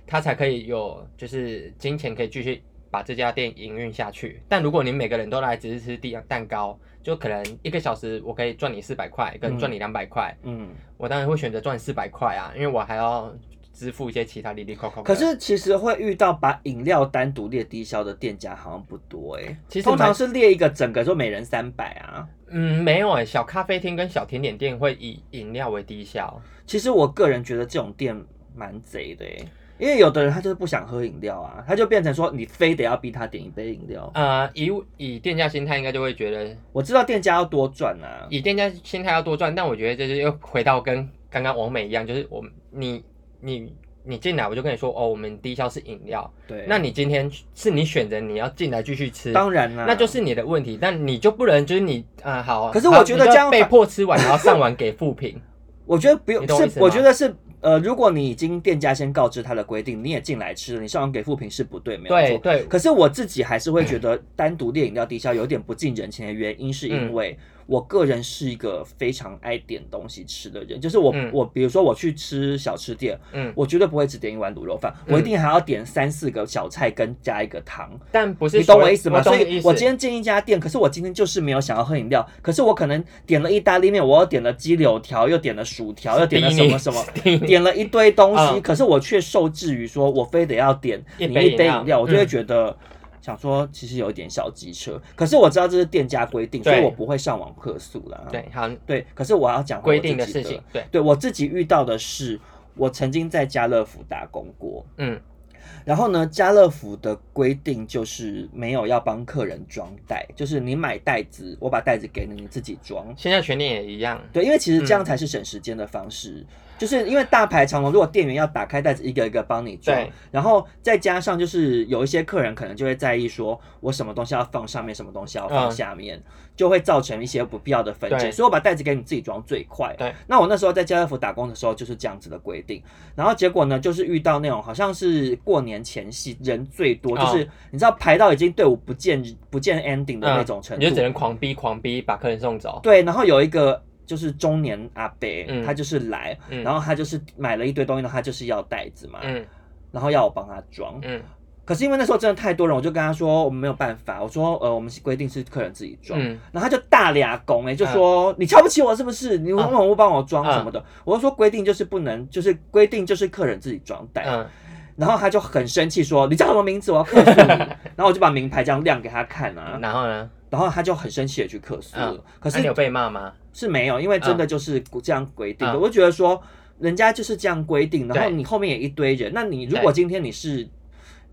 [SPEAKER 2] 他才可以有就是金钱可以继续把这家店营运下去。但如果你每个人都来只是吃蛋蛋糕，就可能一个小时我可以赚你四百块，跟赚你两百块，
[SPEAKER 1] 嗯。
[SPEAKER 2] 我当然会选择赚四百块啊，因为我还要支付一些其他里里扣扣的。
[SPEAKER 1] 可是其实会遇到把饮料单独列低消的店家好像不多哎、
[SPEAKER 2] 其实
[SPEAKER 1] 通
[SPEAKER 2] 蛮
[SPEAKER 1] 常是列一个整个，说每人三百啊。
[SPEAKER 2] 嗯，没有哎、小咖啡厅跟小甜点店会以饮料为低消，
[SPEAKER 1] 其实我个人觉得这种店蛮贼的哎、因为有的人他就是不想喝饮料啊，他就变成说你非得要逼他点一杯饮料。
[SPEAKER 2] 呃，以以店家心态应该就会觉得，
[SPEAKER 1] 我知道店家要多赚啊，
[SPEAKER 2] 以店家心态要多赚，但我觉得这就是又回到跟刚刚王美一样，就是我们你你你进来我就跟你说哦，我们低消是饮料，
[SPEAKER 1] 对，
[SPEAKER 2] 那你今天是你选择你要进来继续吃，
[SPEAKER 1] 当然啦、
[SPEAKER 2] 那就是你的问题，但你就不能就是你啊、呃好，
[SPEAKER 1] 可是
[SPEAKER 2] 好
[SPEAKER 1] 我觉得
[SPEAKER 2] 你就
[SPEAKER 1] 这样
[SPEAKER 2] 被
[SPEAKER 1] 反
[SPEAKER 2] 迫吃完然后上网给负评，
[SPEAKER 1] 我觉得不用
[SPEAKER 2] 你懂我意
[SPEAKER 1] 是，
[SPEAKER 2] 思吗
[SPEAKER 1] 我觉得是呃，如果你已经店家先告知他的规定，你也进来吃了，你上网给负评是不对， 没有错
[SPEAKER 2] 对。对，
[SPEAKER 1] 可是我自己还是会觉得单独列饮料低消有点不近人情的原因，是因
[SPEAKER 2] 嗯
[SPEAKER 1] 为我个人是一个非常爱点东西吃的人，就是我、
[SPEAKER 2] 嗯
[SPEAKER 1] 我比如说我去吃小吃店，
[SPEAKER 2] 嗯，
[SPEAKER 1] 我绝对不会只点一碗卤肉饭，
[SPEAKER 2] 嗯
[SPEAKER 1] 我一定还要点三四个小菜跟加一个汤。
[SPEAKER 2] 但不是
[SPEAKER 1] 你懂
[SPEAKER 2] 所
[SPEAKER 1] 我
[SPEAKER 2] 谓
[SPEAKER 1] 意思吗？
[SPEAKER 2] 懂
[SPEAKER 1] 所
[SPEAKER 2] 你
[SPEAKER 1] 以
[SPEAKER 2] 意，思
[SPEAKER 1] 我今天进一家店，可是我今天就是没有想要喝饮料，可是我可能点了意大利面，我又点了鸡柳条，又点了薯条，又点了什么什么，
[SPEAKER 2] 第一
[SPEAKER 1] 点了一堆东西，
[SPEAKER 2] 嗯
[SPEAKER 1] 可是我却受制于说我非得要点你
[SPEAKER 2] 一
[SPEAKER 1] 一
[SPEAKER 2] 杯饮料
[SPEAKER 1] 杯饮料，我就会
[SPEAKER 2] 嗯
[SPEAKER 1] 觉得。想说，其实有一点小机车，可是我知道这是店家规定，所以
[SPEAKER 2] 对
[SPEAKER 1] 我不会上网客诉啦。
[SPEAKER 2] 对好
[SPEAKER 1] 对，可是我要讲回
[SPEAKER 2] 规
[SPEAKER 1] 我自
[SPEAKER 2] 定的
[SPEAKER 1] 己
[SPEAKER 2] 事情，对，
[SPEAKER 1] 对我自己遇到的是，我曾经在家乐福打工过，
[SPEAKER 2] 嗯
[SPEAKER 1] 然后呢，家乐福的规定就是没有要帮客人装袋，就是你买袋子，我把袋子给你，你自己装。
[SPEAKER 2] 现在全店也一样，
[SPEAKER 1] 对，因为其实这样才是省时间的方式，就是因为大排长龙，如果店员要打开袋子一个一个帮你装
[SPEAKER 2] 对，
[SPEAKER 1] 然后再加上就是有一些客人可能就会在意说我什么东西要放上面，什么东西要放
[SPEAKER 2] 嗯
[SPEAKER 1] 下面，就会造成一些不必要的纷争，
[SPEAKER 2] 对
[SPEAKER 1] 所以我把袋子给你自己装最快。
[SPEAKER 2] 对，
[SPEAKER 1] 那我那时候在家乐福打工的时候就是这样子的规定，然后结果呢，就是遇到那种好像是过年前夕人最
[SPEAKER 2] 嗯
[SPEAKER 1] 多，就是你知道排到已经队伍不见不见 ending 的那种程
[SPEAKER 2] 嗯
[SPEAKER 1] 度，
[SPEAKER 2] 你就只能狂逼狂逼把客人送走。
[SPEAKER 1] 对，然后有一个就是中年阿伯，
[SPEAKER 2] 嗯
[SPEAKER 1] 他就是来，
[SPEAKER 2] 嗯
[SPEAKER 1] 然后他就是买了一堆东西，然后他就是要袋子嘛，
[SPEAKER 2] 嗯
[SPEAKER 1] 然后要我帮他装。
[SPEAKER 2] 嗯
[SPEAKER 1] 可是因为那时候真的太多人，我就跟他说我们没有办法，我说呃我们规定是客人自己装，
[SPEAKER 2] 嗯
[SPEAKER 1] 然后他就大俩拱哎，就说、你瞧不起我是不是？
[SPEAKER 2] 嗯
[SPEAKER 1] 你为什么不帮我装什么的？我就说规定就是不能，就是规定就是客人自己装袋。
[SPEAKER 2] 嗯，
[SPEAKER 1] 然后他就很生气说你叫什么名字？我要客诉你。然后我就把名牌这样亮给他看啊，
[SPEAKER 2] 然后呢？
[SPEAKER 1] 然后他就很生气的去客诉了。
[SPEAKER 2] 嗯
[SPEAKER 1] 可
[SPEAKER 2] 那你
[SPEAKER 1] 是
[SPEAKER 2] 有被骂吗？
[SPEAKER 1] 是没有，因为真的就是这样规定的。
[SPEAKER 2] 嗯
[SPEAKER 1] 我就觉得说人家就是这样规定，然后
[SPEAKER 2] 对
[SPEAKER 1] 你后面也一堆人，那你如果今天你是。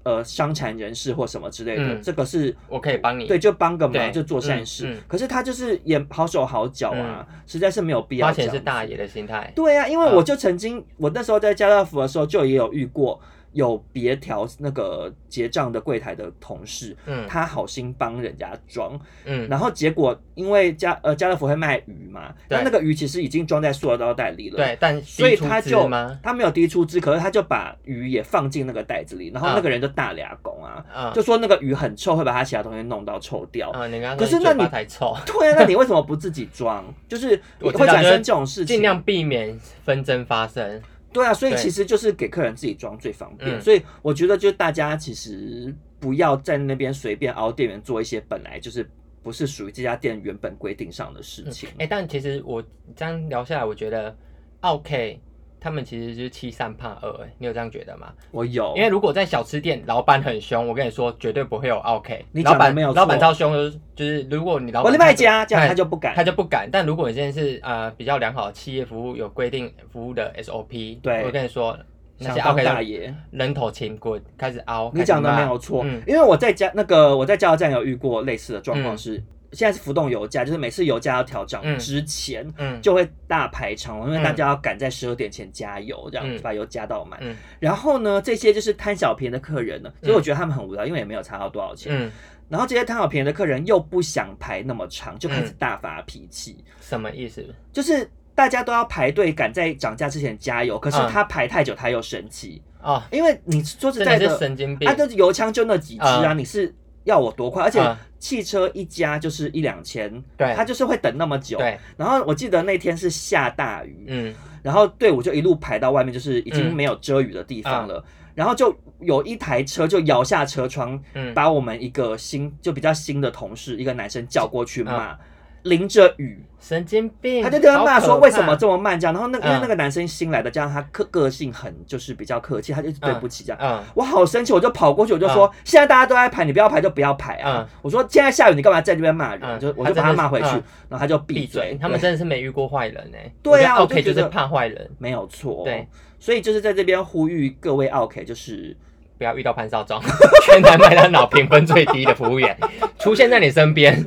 [SPEAKER 1] 呃，伤残人士或什么之类的，
[SPEAKER 2] 嗯
[SPEAKER 1] 这个是
[SPEAKER 2] 我可以帮你
[SPEAKER 1] 对，就帮个
[SPEAKER 2] 对
[SPEAKER 1] 忙，就做善事。
[SPEAKER 2] 嗯嗯嗯
[SPEAKER 1] 可是他就是也好手好脚啊，实在是没有必要
[SPEAKER 2] 花
[SPEAKER 1] 这
[SPEAKER 2] 钱
[SPEAKER 1] 样
[SPEAKER 2] 是大爷的心态。
[SPEAKER 1] 对啊，因为
[SPEAKER 2] 嗯
[SPEAKER 1] 我就曾经，我那时候在家乐福的时候，就也有遇过有别条那个结账的柜台的同事，
[SPEAKER 2] 嗯
[SPEAKER 1] 他好心帮人家装，
[SPEAKER 2] 嗯
[SPEAKER 1] 然后结果因为家呃家乐福会卖鱼嘛，
[SPEAKER 2] 对
[SPEAKER 1] 那那个鱼其实已经装在塑料袋里了，，
[SPEAKER 2] 对，但
[SPEAKER 1] 所以
[SPEAKER 2] 低出
[SPEAKER 1] 他
[SPEAKER 2] 资
[SPEAKER 1] 就
[SPEAKER 2] 吗？
[SPEAKER 1] 他没有滴出汁，可是他就把鱼也放进那个袋子里，然后
[SPEAKER 2] 啊
[SPEAKER 1] 那个人就大俩拱啊，
[SPEAKER 2] 嗯
[SPEAKER 1] 就说那个鱼很臭，会把他其他东西弄到臭掉。
[SPEAKER 2] 嗯，你刚刚
[SPEAKER 1] 可是
[SPEAKER 2] 说你
[SPEAKER 1] 那
[SPEAKER 2] 嘴巴
[SPEAKER 1] 你
[SPEAKER 2] 才臭，
[SPEAKER 1] 对啊，那你为什么不自己装？就是
[SPEAKER 2] 我知
[SPEAKER 1] 会
[SPEAKER 2] 道
[SPEAKER 1] 产
[SPEAKER 2] 就是
[SPEAKER 1] 生这种事情，
[SPEAKER 2] 尽量避免纷争发生。
[SPEAKER 1] 对啊，所以
[SPEAKER 2] 对
[SPEAKER 1] 其实就是给客人自己装最方便。
[SPEAKER 2] 嗯
[SPEAKER 1] 所以我觉得，就大家其实不要在那边随便熬店员做一些本来就是不是属于这家店原本规定上的事情。
[SPEAKER 2] 哎、但其实我这样聊下来，我觉得 OK，他们其实就是欺善怕恶，你有这样觉得吗？
[SPEAKER 1] 我有，
[SPEAKER 2] 因为如果在小吃店，老板很凶，我跟你说，绝对不会有 OK。
[SPEAKER 1] 你
[SPEAKER 2] 老
[SPEAKER 1] 讲得
[SPEAKER 2] 板
[SPEAKER 1] 没有错
[SPEAKER 2] 老板超凶，就是就是如果你老
[SPEAKER 1] 我
[SPEAKER 2] 板
[SPEAKER 1] 另外一
[SPEAKER 2] 态度
[SPEAKER 1] 家这样
[SPEAKER 2] 哎
[SPEAKER 1] 他就不敢。
[SPEAKER 2] 他就不敢。但如果你现在是呃比较良好的企业服务，有规定服务的 SOP，
[SPEAKER 1] 对
[SPEAKER 2] 我跟你说，那
[SPEAKER 1] 想
[SPEAKER 2] 些
[SPEAKER 1] 当
[SPEAKER 2] OK
[SPEAKER 1] 大
[SPEAKER 2] 的
[SPEAKER 1] 爷，
[SPEAKER 2] 人头钱滚，开始凹。
[SPEAKER 1] 你讲的没有
[SPEAKER 2] 开始
[SPEAKER 1] 错，
[SPEAKER 2] 嗯
[SPEAKER 1] 因为我在加那个我在加油站有遇过类似的状况
[SPEAKER 2] 嗯
[SPEAKER 1] 是，现在是浮动油价，就是每次油价要调涨
[SPEAKER 2] 嗯
[SPEAKER 1] 之前，
[SPEAKER 2] 骂，嗯，
[SPEAKER 1] 就会大排长龙，因为大
[SPEAKER 2] 嗯
[SPEAKER 1] 家要赶在十二点前加油，这样子
[SPEAKER 2] 嗯
[SPEAKER 1] 把油加到满。
[SPEAKER 2] 嗯
[SPEAKER 1] 然后呢，这些就是贪小便宜的客人呢，所以我觉得他们很无聊，因为也没有差到多少钱。
[SPEAKER 2] 嗯，
[SPEAKER 1] 然后这些贪小便宜的客人又不想排那么长，就开始大发脾气，
[SPEAKER 2] 什么意思？
[SPEAKER 1] 就是大家都要排队赶在涨价之前加油，可是
[SPEAKER 2] 嗯
[SPEAKER 1] 他排太久，他又生气，
[SPEAKER 2] 哦，
[SPEAKER 1] 因为你说实
[SPEAKER 2] 真
[SPEAKER 1] 在
[SPEAKER 2] 的
[SPEAKER 1] 的
[SPEAKER 2] 是，神经病
[SPEAKER 1] 啊，。就是油枪就那几支啊，你是要我多快？而且
[SPEAKER 2] 嗯
[SPEAKER 1] 汽车一加就是一两千，
[SPEAKER 2] 对
[SPEAKER 1] 他就是会等那么久。
[SPEAKER 2] 对，
[SPEAKER 1] 然后我记得那天是下大雨，
[SPEAKER 2] 嗯
[SPEAKER 1] 然后队伍就一路排到外面，就是已经没有遮雨的地方
[SPEAKER 2] 啊
[SPEAKER 1] 了。然后就有一台车就摇下车窗，
[SPEAKER 2] 嗯，
[SPEAKER 1] 把我们一个新就比较新的同事，一个男生叫过去骂。淋着雨，
[SPEAKER 2] 神经病。
[SPEAKER 1] 他就跟他
[SPEAKER 2] 啊哎好
[SPEAKER 1] 骂
[SPEAKER 2] 可
[SPEAKER 1] 说：“
[SPEAKER 2] 怕
[SPEAKER 1] 为什么？这么慢？”这样，然后那个因为
[SPEAKER 2] 嗯
[SPEAKER 1] 那个男生新来的，加上他客个性很就是比较客气，他就一直对不起这样。
[SPEAKER 2] 嗯
[SPEAKER 1] 我好生气，我就跑过去，我就说：“
[SPEAKER 2] 啊
[SPEAKER 1] 现在大家都在排，你不要排就不要排啊！”我说：“现在下雨，你干嘛在这边骂人？”
[SPEAKER 2] 嗯
[SPEAKER 1] 就我
[SPEAKER 2] 他
[SPEAKER 1] 就
[SPEAKER 2] 真的
[SPEAKER 1] 把他骂回去，
[SPEAKER 2] 是嗯
[SPEAKER 1] 然后他就闭
[SPEAKER 2] 闭
[SPEAKER 1] 嘴
[SPEAKER 2] 嘴！。他们真的是没遇过坏人呢。欸
[SPEAKER 1] 对啊
[SPEAKER 2] 我
[SPEAKER 1] 我
[SPEAKER 2] 觉得 OK
[SPEAKER 1] 就
[SPEAKER 2] 就
[SPEAKER 1] 觉得
[SPEAKER 2] 是怕坏人，
[SPEAKER 1] 没有错，
[SPEAKER 2] 对，
[SPEAKER 1] 所以就是在这边呼吁各位 OK，就是
[SPEAKER 2] 不要遇到潘少忠， 全台麦当劳评分最低的服务员 出现在你身边。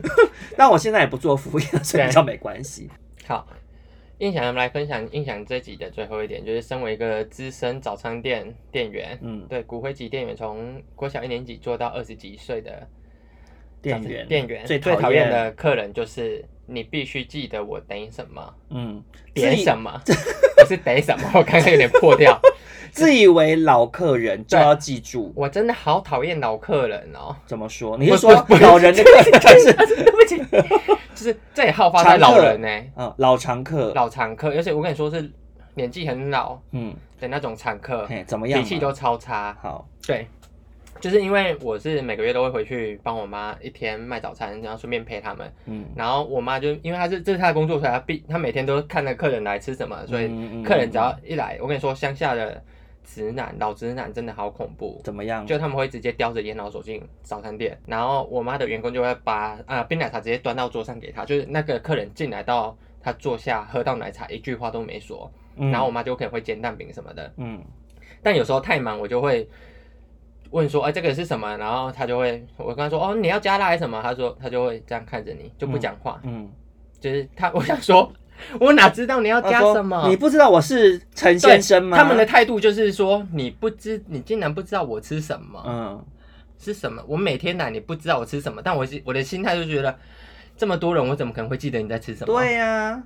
[SPEAKER 1] 但我现在也不做服务业，所以比较没关系。
[SPEAKER 2] 好，印象来分享印象这集的最后一点，就是身为一个资深早餐店店员，
[SPEAKER 1] 嗯，
[SPEAKER 2] 对骨灰级店员，从国小一年级做到二十几岁的
[SPEAKER 1] 店员，
[SPEAKER 2] 店员
[SPEAKER 1] 最
[SPEAKER 2] 最
[SPEAKER 1] 讨
[SPEAKER 2] 讨厌，的客人就是你必须记得我等什么，
[SPEAKER 1] 嗯，自
[SPEAKER 2] 点
[SPEAKER 1] 以
[SPEAKER 2] 什么，不是等什么，我刚刚有点破掉，
[SPEAKER 1] 自以为老客人就要记住
[SPEAKER 2] 我真的好讨厌老客人哦。
[SPEAKER 1] 怎么说？你是说老人的客人还是
[SPEAKER 2] 对不起， 就是这也好发在老人呢、
[SPEAKER 1] 嗯老常客？
[SPEAKER 2] 老常客，而且我跟你说是年纪很老
[SPEAKER 1] 嗯，
[SPEAKER 2] 的那种常客，
[SPEAKER 1] 嘿，怎么样啊
[SPEAKER 2] 脾
[SPEAKER 1] 嘛？
[SPEAKER 2] 气都超差。
[SPEAKER 1] 好，
[SPEAKER 2] 对，就是因为我是每个月都会回去帮我妈一天卖早餐，然后顺便陪他们。
[SPEAKER 1] 嗯，
[SPEAKER 2] 然后我妈就因为她是这是她的工作，所以她必她每天都看着客人来吃什么，所以
[SPEAKER 1] 以
[SPEAKER 2] 客人只要一来，我跟你说，乡下的直男老直男真的好恐怖。
[SPEAKER 1] 怎么样？
[SPEAKER 2] 就他们会直接叼着烟然后走进早餐店，然后我妈的员工就会把啊、呃冰奶茶直接端到桌上给他，就是那个客人进来到他坐下喝到奶茶，一句话都没说，
[SPEAKER 1] 嗯
[SPEAKER 2] 然后我妈就可能会煎蛋饼什么的，
[SPEAKER 1] 嗯
[SPEAKER 2] 但有时候太忙我就会问说，哎、这个是什么？然后他就会我跟他说，哦你要加辣还是什么？他说他就会这样看着你就不讲话，
[SPEAKER 1] 嗯，
[SPEAKER 2] 就是他我想说，我哪知道你要加
[SPEAKER 1] 他说
[SPEAKER 2] 什么？
[SPEAKER 1] 你不知道我是陈先生吗？
[SPEAKER 2] 他们的态度就是说，你不知你竟然不知道我吃什么。
[SPEAKER 1] 嗯。
[SPEAKER 2] 是什么？我每天来，你不知道我吃什么，但我是我的心态就觉得，这么多人，我怎么可能会记得你在吃什么？。
[SPEAKER 1] 对呀、
[SPEAKER 2] 啊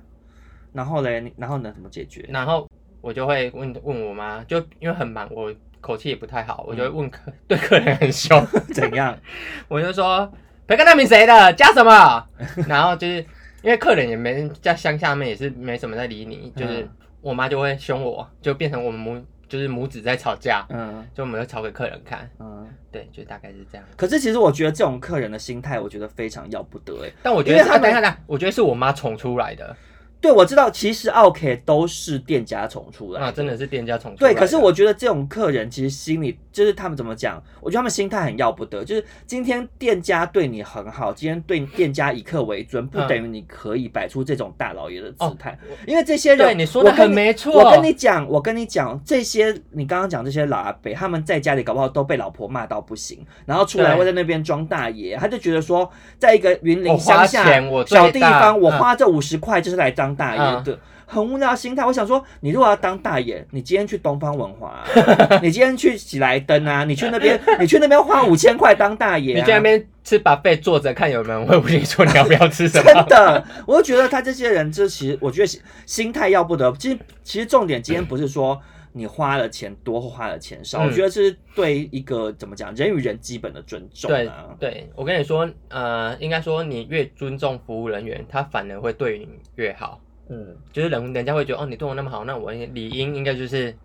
[SPEAKER 1] 然后嘞，你然后呢？怎么解决？
[SPEAKER 2] 然后我就会问问我妈，就因为很忙，我口气也不太
[SPEAKER 1] 嗯
[SPEAKER 2] 好，我就会问客、对客人很凶，
[SPEAKER 1] 怎样？
[SPEAKER 2] 我就说培根蛋饼谁的，加什么？然后就是因为客人也没在乡下面也是没什么在理你，就是
[SPEAKER 1] 嗯
[SPEAKER 2] 我妈就会凶我，就变成我们母就是母子在吵架，
[SPEAKER 1] 嗯
[SPEAKER 2] 就我们就吵给客人看，
[SPEAKER 1] 嗯。
[SPEAKER 2] 对，就大概是这样。
[SPEAKER 1] 可是其实我觉得这种客人的心态，我觉得非常要不得哎、
[SPEAKER 2] 但我觉
[SPEAKER 1] 因为
[SPEAKER 2] 得是，啊
[SPEAKER 1] 他们
[SPEAKER 2] 等一下，等一下，我觉得是我妈宠出来的
[SPEAKER 1] 对，我知道，其实奥 K 都是店家宠出来
[SPEAKER 2] 啊，真的是店家宠出来
[SPEAKER 1] 对，
[SPEAKER 2] 的。
[SPEAKER 1] 可是我觉得这种客人其实心里就是他们怎么讲，我觉得他们心态很要不得。就是今天店家对你很好，今天对店家以客为尊，不
[SPEAKER 2] 嗯
[SPEAKER 1] 等于你可以摆出这种大老爷的姿
[SPEAKER 2] 哦
[SPEAKER 1] 态，因为这些人
[SPEAKER 2] 对你说的
[SPEAKER 1] 我跟
[SPEAKER 2] 很没错，
[SPEAKER 1] 我跟你讲，我跟你讲，这些你刚刚讲这些老阿伯，他们在家里搞不好都被老婆骂到不行，然后出来
[SPEAKER 2] 对
[SPEAKER 1] 会在那边装大爷，他就觉得说，在一个云林
[SPEAKER 2] 我花
[SPEAKER 1] 乡下
[SPEAKER 2] 钱我最
[SPEAKER 1] 小地
[SPEAKER 2] 大
[SPEAKER 1] 方，我
[SPEAKER 2] 嗯
[SPEAKER 1] 花这五十块就是来当大爷
[SPEAKER 2] 嗯
[SPEAKER 1] 的，很无聊的心态。我想说，你如果要当大爷，你今天去东方文华 啊、你今天去喜来登啊，你去那边，你去那边花五千块当大爷、啊，
[SPEAKER 2] 你在那边吃 buffet 坐着看有没有人会问你说你要不要吃 什
[SPEAKER 1] 真
[SPEAKER 2] 么？
[SPEAKER 1] 的，我就觉得他这些人，这其实我觉得心心态要不得。其实其实重点今天不是说你花了钱多或花了钱少，
[SPEAKER 2] 嗯
[SPEAKER 1] 我觉得这是对一个怎么讲人与人基本的尊重
[SPEAKER 2] 对
[SPEAKER 1] 啊。
[SPEAKER 2] 对，我跟你说，呃，应该说你越尊重服务人员，他反而会对你越好。
[SPEAKER 1] 嗯，
[SPEAKER 2] 就是人人家会觉得哦，你对我那么好，那我理应应该就是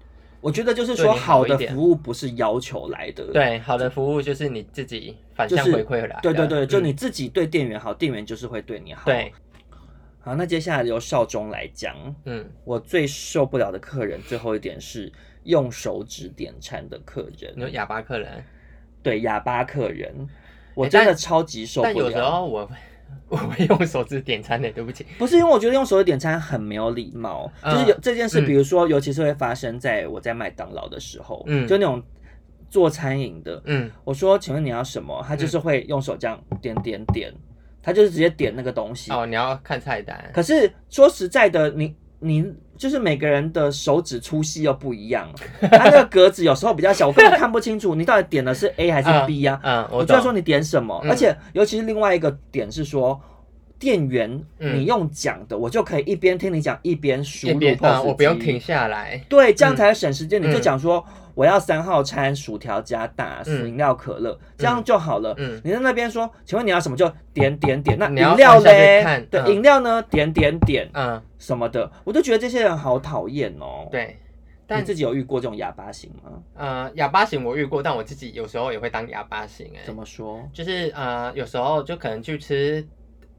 [SPEAKER 1] 我觉得就是
[SPEAKER 2] 对
[SPEAKER 1] 说，
[SPEAKER 2] 你好
[SPEAKER 1] 好
[SPEAKER 2] 一
[SPEAKER 1] 的
[SPEAKER 2] 点
[SPEAKER 1] 服务不是要求来的。。
[SPEAKER 2] 对好的服务，就是你自己反
[SPEAKER 1] 就
[SPEAKER 2] 向
[SPEAKER 1] 是
[SPEAKER 2] 回馈来的。
[SPEAKER 1] 对对对，就
[SPEAKER 2] 嗯
[SPEAKER 1] 你自己对店员好，店员就是会对你好。
[SPEAKER 2] 对，
[SPEAKER 1] 好，那接下来由少中来讲，
[SPEAKER 2] 嗯，
[SPEAKER 1] 我最受不了的客人，最后一点是用手指点餐的客人。
[SPEAKER 2] 你说哑巴客人，
[SPEAKER 1] 对哑巴客人，我
[SPEAKER 2] 诶
[SPEAKER 1] 真的
[SPEAKER 2] 但
[SPEAKER 1] 超级受不了。
[SPEAKER 2] 但有时候我 我会用手指点餐的，对不起。
[SPEAKER 1] 不是因为我觉得用手指点餐很没有礼貌，
[SPEAKER 2] 嗯
[SPEAKER 1] 就是有这件事，
[SPEAKER 2] 嗯
[SPEAKER 1] 比如说，尤其是会发生在我在麦当劳的时候，
[SPEAKER 2] 嗯
[SPEAKER 1] 就那种做餐饮的，
[SPEAKER 2] 嗯，
[SPEAKER 1] 我说请问你要什么，他就是会用手这样点点点，他就是直接点那个东西。
[SPEAKER 2] 哦，你要看菜单。
[SPEAKER 1] 可是说实在的，你你就是每个人的手指粗细又不一样，他那个格子有时候比较小，我根本看不清楚你到底点的是 A 还是 B 啊呀、
[SPEAKER 2] 嗯，
[SPEAKER 1] 我
[SPEAKER 2] 我
[SPEAKER 1] 就要
[SPEAKER 2] 懂。
[SPEAKER 1] 说你点什么，
[SPEAKER 2] 嗯
[SPEAKER 1] 而且尤其是另外一个点是说，店员
[SPEAKER 2] 嗯
[SPEAKER 1] 你用讲的，我就可以一边听你讲一边输
[SPEAKER 2] 一
[SPEAKER 1] 入
[SPEAKER 2] 边
[SPEAKER 1] POS
[SPEAKER 2] 嗯，我不用
[SPEAKER 1] 机
[SPEAKER 2] 停，下来。
[SPEAKER 1] 对，这样
[SPEAKER 2] 嗯
[SPEAKER 1] 才省时间。你就
[SPEAKER 2] 嗯
[SPEAKER 1] 讲说我要三号餐薯条加大
[SPEAKER 2] 嗯
[SPEAKER 1] 饮料可乐，这样就好了。
[SPEAKER 2] 嗯，
[SPEAKER 1] 你在那边说，请问你要什么就点点点，那
[SPEAKER 2] 你要
[SPEAKER 1] 饮料
[SPEAKER 2] 放下去
[SPEAKER 1] 嘞
[SPEAKER 2] 看？
[SPEAKER 1] 对，
[SPEAKER 2] 嗯
[SPEAKER 1] 饮料呢？点点点
[SPEAKER 2] 嗯，
[SPEAKER 1] 什么的，我都觉得这些人好讨厌哦。，你
[SPEAKER 2] 对。但
[SPEAKER 1] 自己有遇过这种哑巴型吗？
[SPEAKER 2] 呃，哑巴型我遇过，但我自己有时候也会当哑巴型哎、
[SPEAKER 1] 怎么说？
[SPEAKER 2] 就是呃，有时候就可能去吃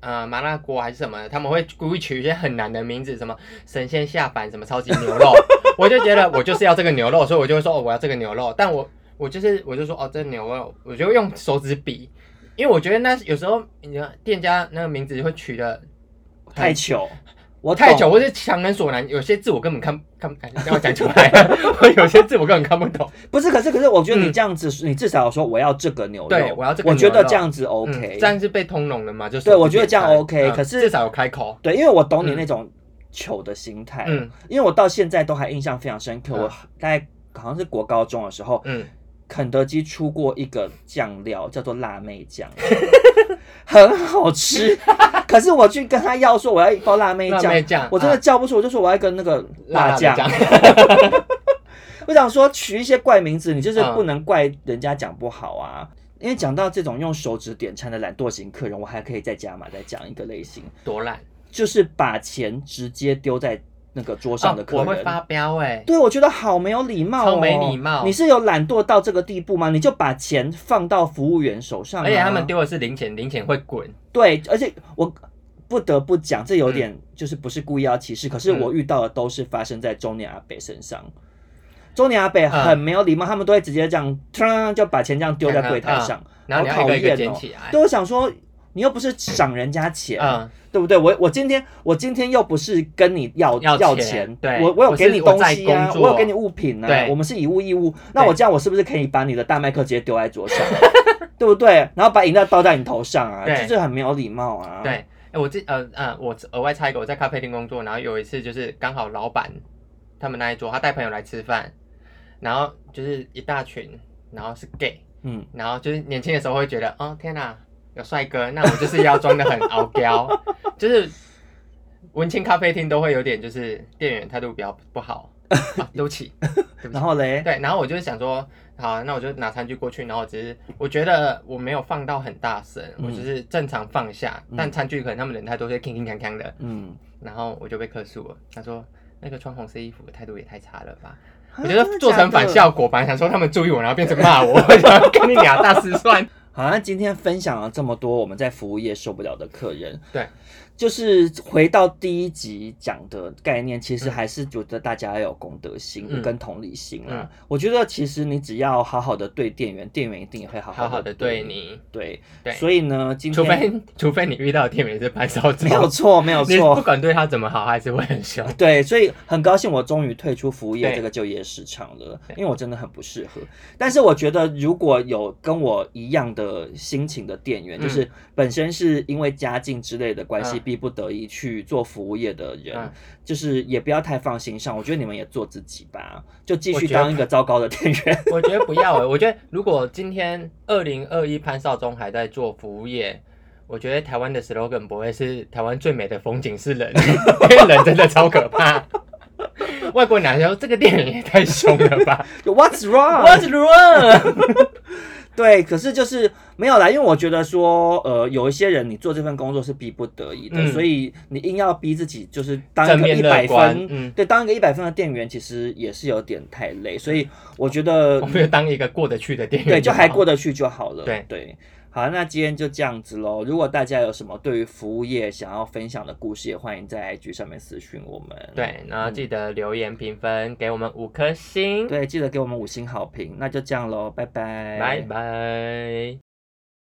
[SPEAKER 2] 呃麻辣锅还是什么的，他们会故意取一些很难的名字，什么神仙下凡，什么超级牛 肉，我就觉得我就是要这个牛肉，所以我就会说哦，我要这个牛肉，但我我就是我就说哦，这牛肉，我就用手指比，因为我觉得那有时候你知道店家那个名字会取的
[SPEAKER 1] 太糗，我
[SPEAKER 2] 太
[SPEAKER 1] 懂
[SPEAKER 2] 久，或是强人所难，有些字我根本看看不，哎要讲出 来，我有些字我根本看不懂。
[SPEAKER 1] 不是，可是可是，我觉得你
[SPEAKER 2] 嗯
[SPEAKER 1] 这样子，你至少要说我要这个牛肉，
[SPEAKER 2] 对我要这个
[SPEAKER 1] 我觉
[SPEAKER 2] 牛
[SPEAKER 1] 得
[SPEAKER 2] 肉
[SPEAKER 1] 这样子
[SPEAKER 2] 嗯
[SPEAKER 1] OK，、
[SPEAKER 2] 这样是被通融了嘛？就是
[SPEAKER 1] 对我觉得这样 OK，
[SPEAKER 2] 嗯
[SPEAKER 1] 可是
[SPEAKER 2] 至少有开口。
[SPEAKER 1] 对，因为我懂你
[SPEAKER 2] 嗯
[SPEAKER 1] 那种糗的心态，
[SPEAKER 2] 嗯
[SPEAKER 1] 因为我到现在都还印象非常深刻，
[SPEAKER 2] 嗯
[SPEAKER 1] 我大概好像是国高中的时候，
[SPEAKER 2] 嗯，
[SPEAKER 1] 肯德基出过一个酱料叫做辣妹酱， 很好吃， 可是我去跟他要说我要一包辣妹
[SPEAKER 2] 辣
[SPEAKER 1] 酱
[SPEAKER 2] 妹，酱，
[SPEAKER 1] 我真的
[SPEAKER 2] 啊
[SPEAKER 1] 叫不出，我就说我要一个那个
[SPEAKER 2] 辣
[SPEAKER 1] 辣酱。
[SPEAKER 2] 酱，
[SPEAKER 1] 我想说取一些怪名字，你就是
[SPEAKER 2] 嗯
[SPEAKER 1] 不能怪人家讲不好啊。因为讲到这种用手指点餐的懒惰型客人，我还可以再加码再讲一个类型，
[SPEAKER 2] 多烂
[SPEAKER 1] 就是把钱直接丢在那个桌上的
[SPEAKER 2] 哦
[SPEAKER 1] 客
[SPEAKER 2] 我会
[SPEAKER 1] 人。
[SPEAKER 2] 发飙哎，
[SPEAKER 1] 对，我觉得好没有礼貌、哦，
[SPEAKER 2] 超没礼貌
[SPEAKER 1] 你是有懒惰到这个地步吗？你就把钱放到服务员手上、啊，
[SPEAKER 2] 而且他们丢的是零钱，零钱会滚。
[SPEAKER 1] 对，而且我不得不讲，这
[SPEAKER 2] 嗯
[SPEAKER 1] 有点就是不是故意要歧视，可是我遇到的都是发生在中年阿北身上。中年阿北
[SPEAKER 2] 嗯
[SPEAKER 1] 很没有礼貌，他们都会直接这样，突就把钱这样丢在柜台上。
[SPEAKER 2] 嗯然后你
[SPEAKER 1] 好
[SPEAKER 2] 要一
[SPEAKER 1] 讨
[SPEAKER 2] 个一个
[SPEAKER 1] 厌
[SPEAKER 2] 捡
[SPEAKER 1] 哦啊
[SPEAKER 2] 起来。
[SPEAKER 1] 对，我想说，你又不是赏人家钱，
[SPEAKER 2] 嗯，
[SPEAKER 1] 对不对？我我今天我今天又不是跟你要
[SPEAKER 2] 要钱
[SPEAKER 1] 钱，
[SPEAKER 2] 对
[SPEAKER 1] 我我有
[SPEAKER 2] 我
[SPEAKER 1] 给
[SPEAKER 2] 是
[SPEAKER 1] 你
[SPEAKER 2] 我
[SPEAKER 1] 东
[SPEAKER 2] 在
[SPEAKER 1] 西啊，
[SPEAKER 2] 工
[SPEAKER 1] 我
[SPEAKER 2] 作
[SPEAKER 1] 有给你物品啊，
[SPEAKER 2] 对
[SPEAKER 1] 我们是以物易物。那我
[SPEAKER 2] 对
[SPEAKER 1] 这样，我是不是可以把你的大麦克直接丢在桌 上，对不对？然后把饮料倒在你头上啊，
[SPEAKER 2] 对
[SPEAKER 1] 这就很没有礼貌啊。
[SPEAKER 2] 对，哎，我这呃呃，我额外插一个，我在咖啡厅工作，然后有一次就是刚好老板他们那一桌，他带朋友来吃饭，然后就是一大群，然后是 gay，
[SPEAKER 1] 嗯，
[SPEAKER 2] 然后就是年轻的时候会觉得，哦天哪、有帅哥，那我就是要装的很傲娇， 就是文青咖啡厅都会有点就是店员态度比较不好，啊对不起，对不
[SPEAKER 1] 然
[SPEAKER 2] 起。
[SPEAKER 1] 后嘞，
[SPEAKER 2] 对，然后我就想说，好，那我就拿餐具过去，然后只是我觉得我没有放到很大声，
[SPEAKER 1] 嗯
[SPEAKER 2] 我只是正常放下，但餐具可能他们人太多，就铿铿锵锵的，
[SPEAKER 1] 嗯，
[SPEAKER 2] 然后我就被客诉了。他说那个穿红色衣服的态度也太差了吧。
[SPEAKER 1] 啊
[SPEAKER 2] 我觉得做成
[SPEAKER 1] 真
[SPEAKER 2] 反。
[SPEAKER 1] 的假的
[SPEAKER 2] 效果，本来想说他们注意我，然后变成骂我， 我想要跟你俩大失算。
[SPEAKER 1] 好像今天分享了这么多我们在服务业受不了的客人，
[SPEAKER 2] 对，
[SPEAKER 1] 就是回到第一集讲的概念，其实还是觉得大家要有公德心
[SPEAKER 2] 嗯
[SPEAKER 1] 跟同理心啦。我觉得其实你只要好好的对店员，店员一定也会好
[SPEAKER 2] 好好
[SPEAKER 1] 的
[SPEAKER 2] 的对
[SPEAKER 1] 你。
[SPEAKER 2] 你，
[SPEAKER 1] 对，
[SPEAKER 2] 对
[SPEAKER 1] 所以呢，今
[SPEAKER 2] 除
[SPEAKER 1] 天
[SPEAKER 2] 非除非你遇到的店员是白烧猪，
[SPEAKER 1] 没有错，没有
[SPEAKER 2] 你不
[SPEAKER 1] 错。
[SPEAKER 2] 管对他怎么好，还是会很凶。
[SPEAKER 1] 对，所以很高兴我终于退出服务业
[SPEAKER 2] 对
[SPEAKER 1] 这个就业市场了，
[SPEAKER 2] 对
[SPEAKER 1] 因为我真的很不适合。但是我觉得如果有跟我一样的心情的店员，
[SPEAKER 2] 嗯
[SPEAKER 1] 就是本身是因为家境之类的关系，
[SPEAKER 2] 嗯
[SPEAKER 1] 逼不得已去做服务业的人，
[SPEAKER 2] 嗯
[SPEAKER 1] 就是也不要太放心上。我觉得你们也做自己吧，就继
[SPEAKER 2] 我
[SPEAKER 1] 续
[SPEAKER 2] 觉得
[SPEAKER 1] 当一个糟糕的店员。
[SPEAKER 2] 我觉得不要、欸，我觉得如果今天二零二一潘少忠还在做服务业，我觉得台湾的 slogan 不会是台湾最美的风景是 人，因为人真的超可怕。外国男生这个电影也太凶了吧
[SPEAKER 1] What's wrong？
[SPEAKER 2] ？What's wrong？
[SPEAKER 1] 对，可是就是没有啦，因为我觉得说，呃，有一些人你做这份工作是逼不得已的，
[SPEAKER 2] 嗯
[SPEAKER 1] 所以你硬要逼自己，就是当
[SPEAKER 2] 正
[SPEAKER 1] 一个
[SPEAKER 2] 面
[SPEAKER 1] 一
[SPEAKER 2] 乐
[SPEAKER 1] 百
[SPEAKER 2] 观
[SPEAKER 1] 分，
[SPEAKER 2] 嗯
[SPEAKER 1] 对，当一个一百分的店员，其实也是有点太累，所以我觉得
[SPEAKER 2] 我，们就当一个过得去的电影，
[SPEAKER 1] 对，就还过得去就好了，
[SPEAKER 2] 哦对
[SPEAKER 1] 对。好，那今天就这样子喽。如果大家有什么对于服务业想要分享的故事，也欢迎在 IG 上面私讯我们。
[SPEAKER 2] 对，然后记得留言评分，给我们五颗星，
[SPEAKER 1] 对，记得给我们五星好评。那就这样喽，拜拜，
[SPEAKER 2] 拜拜。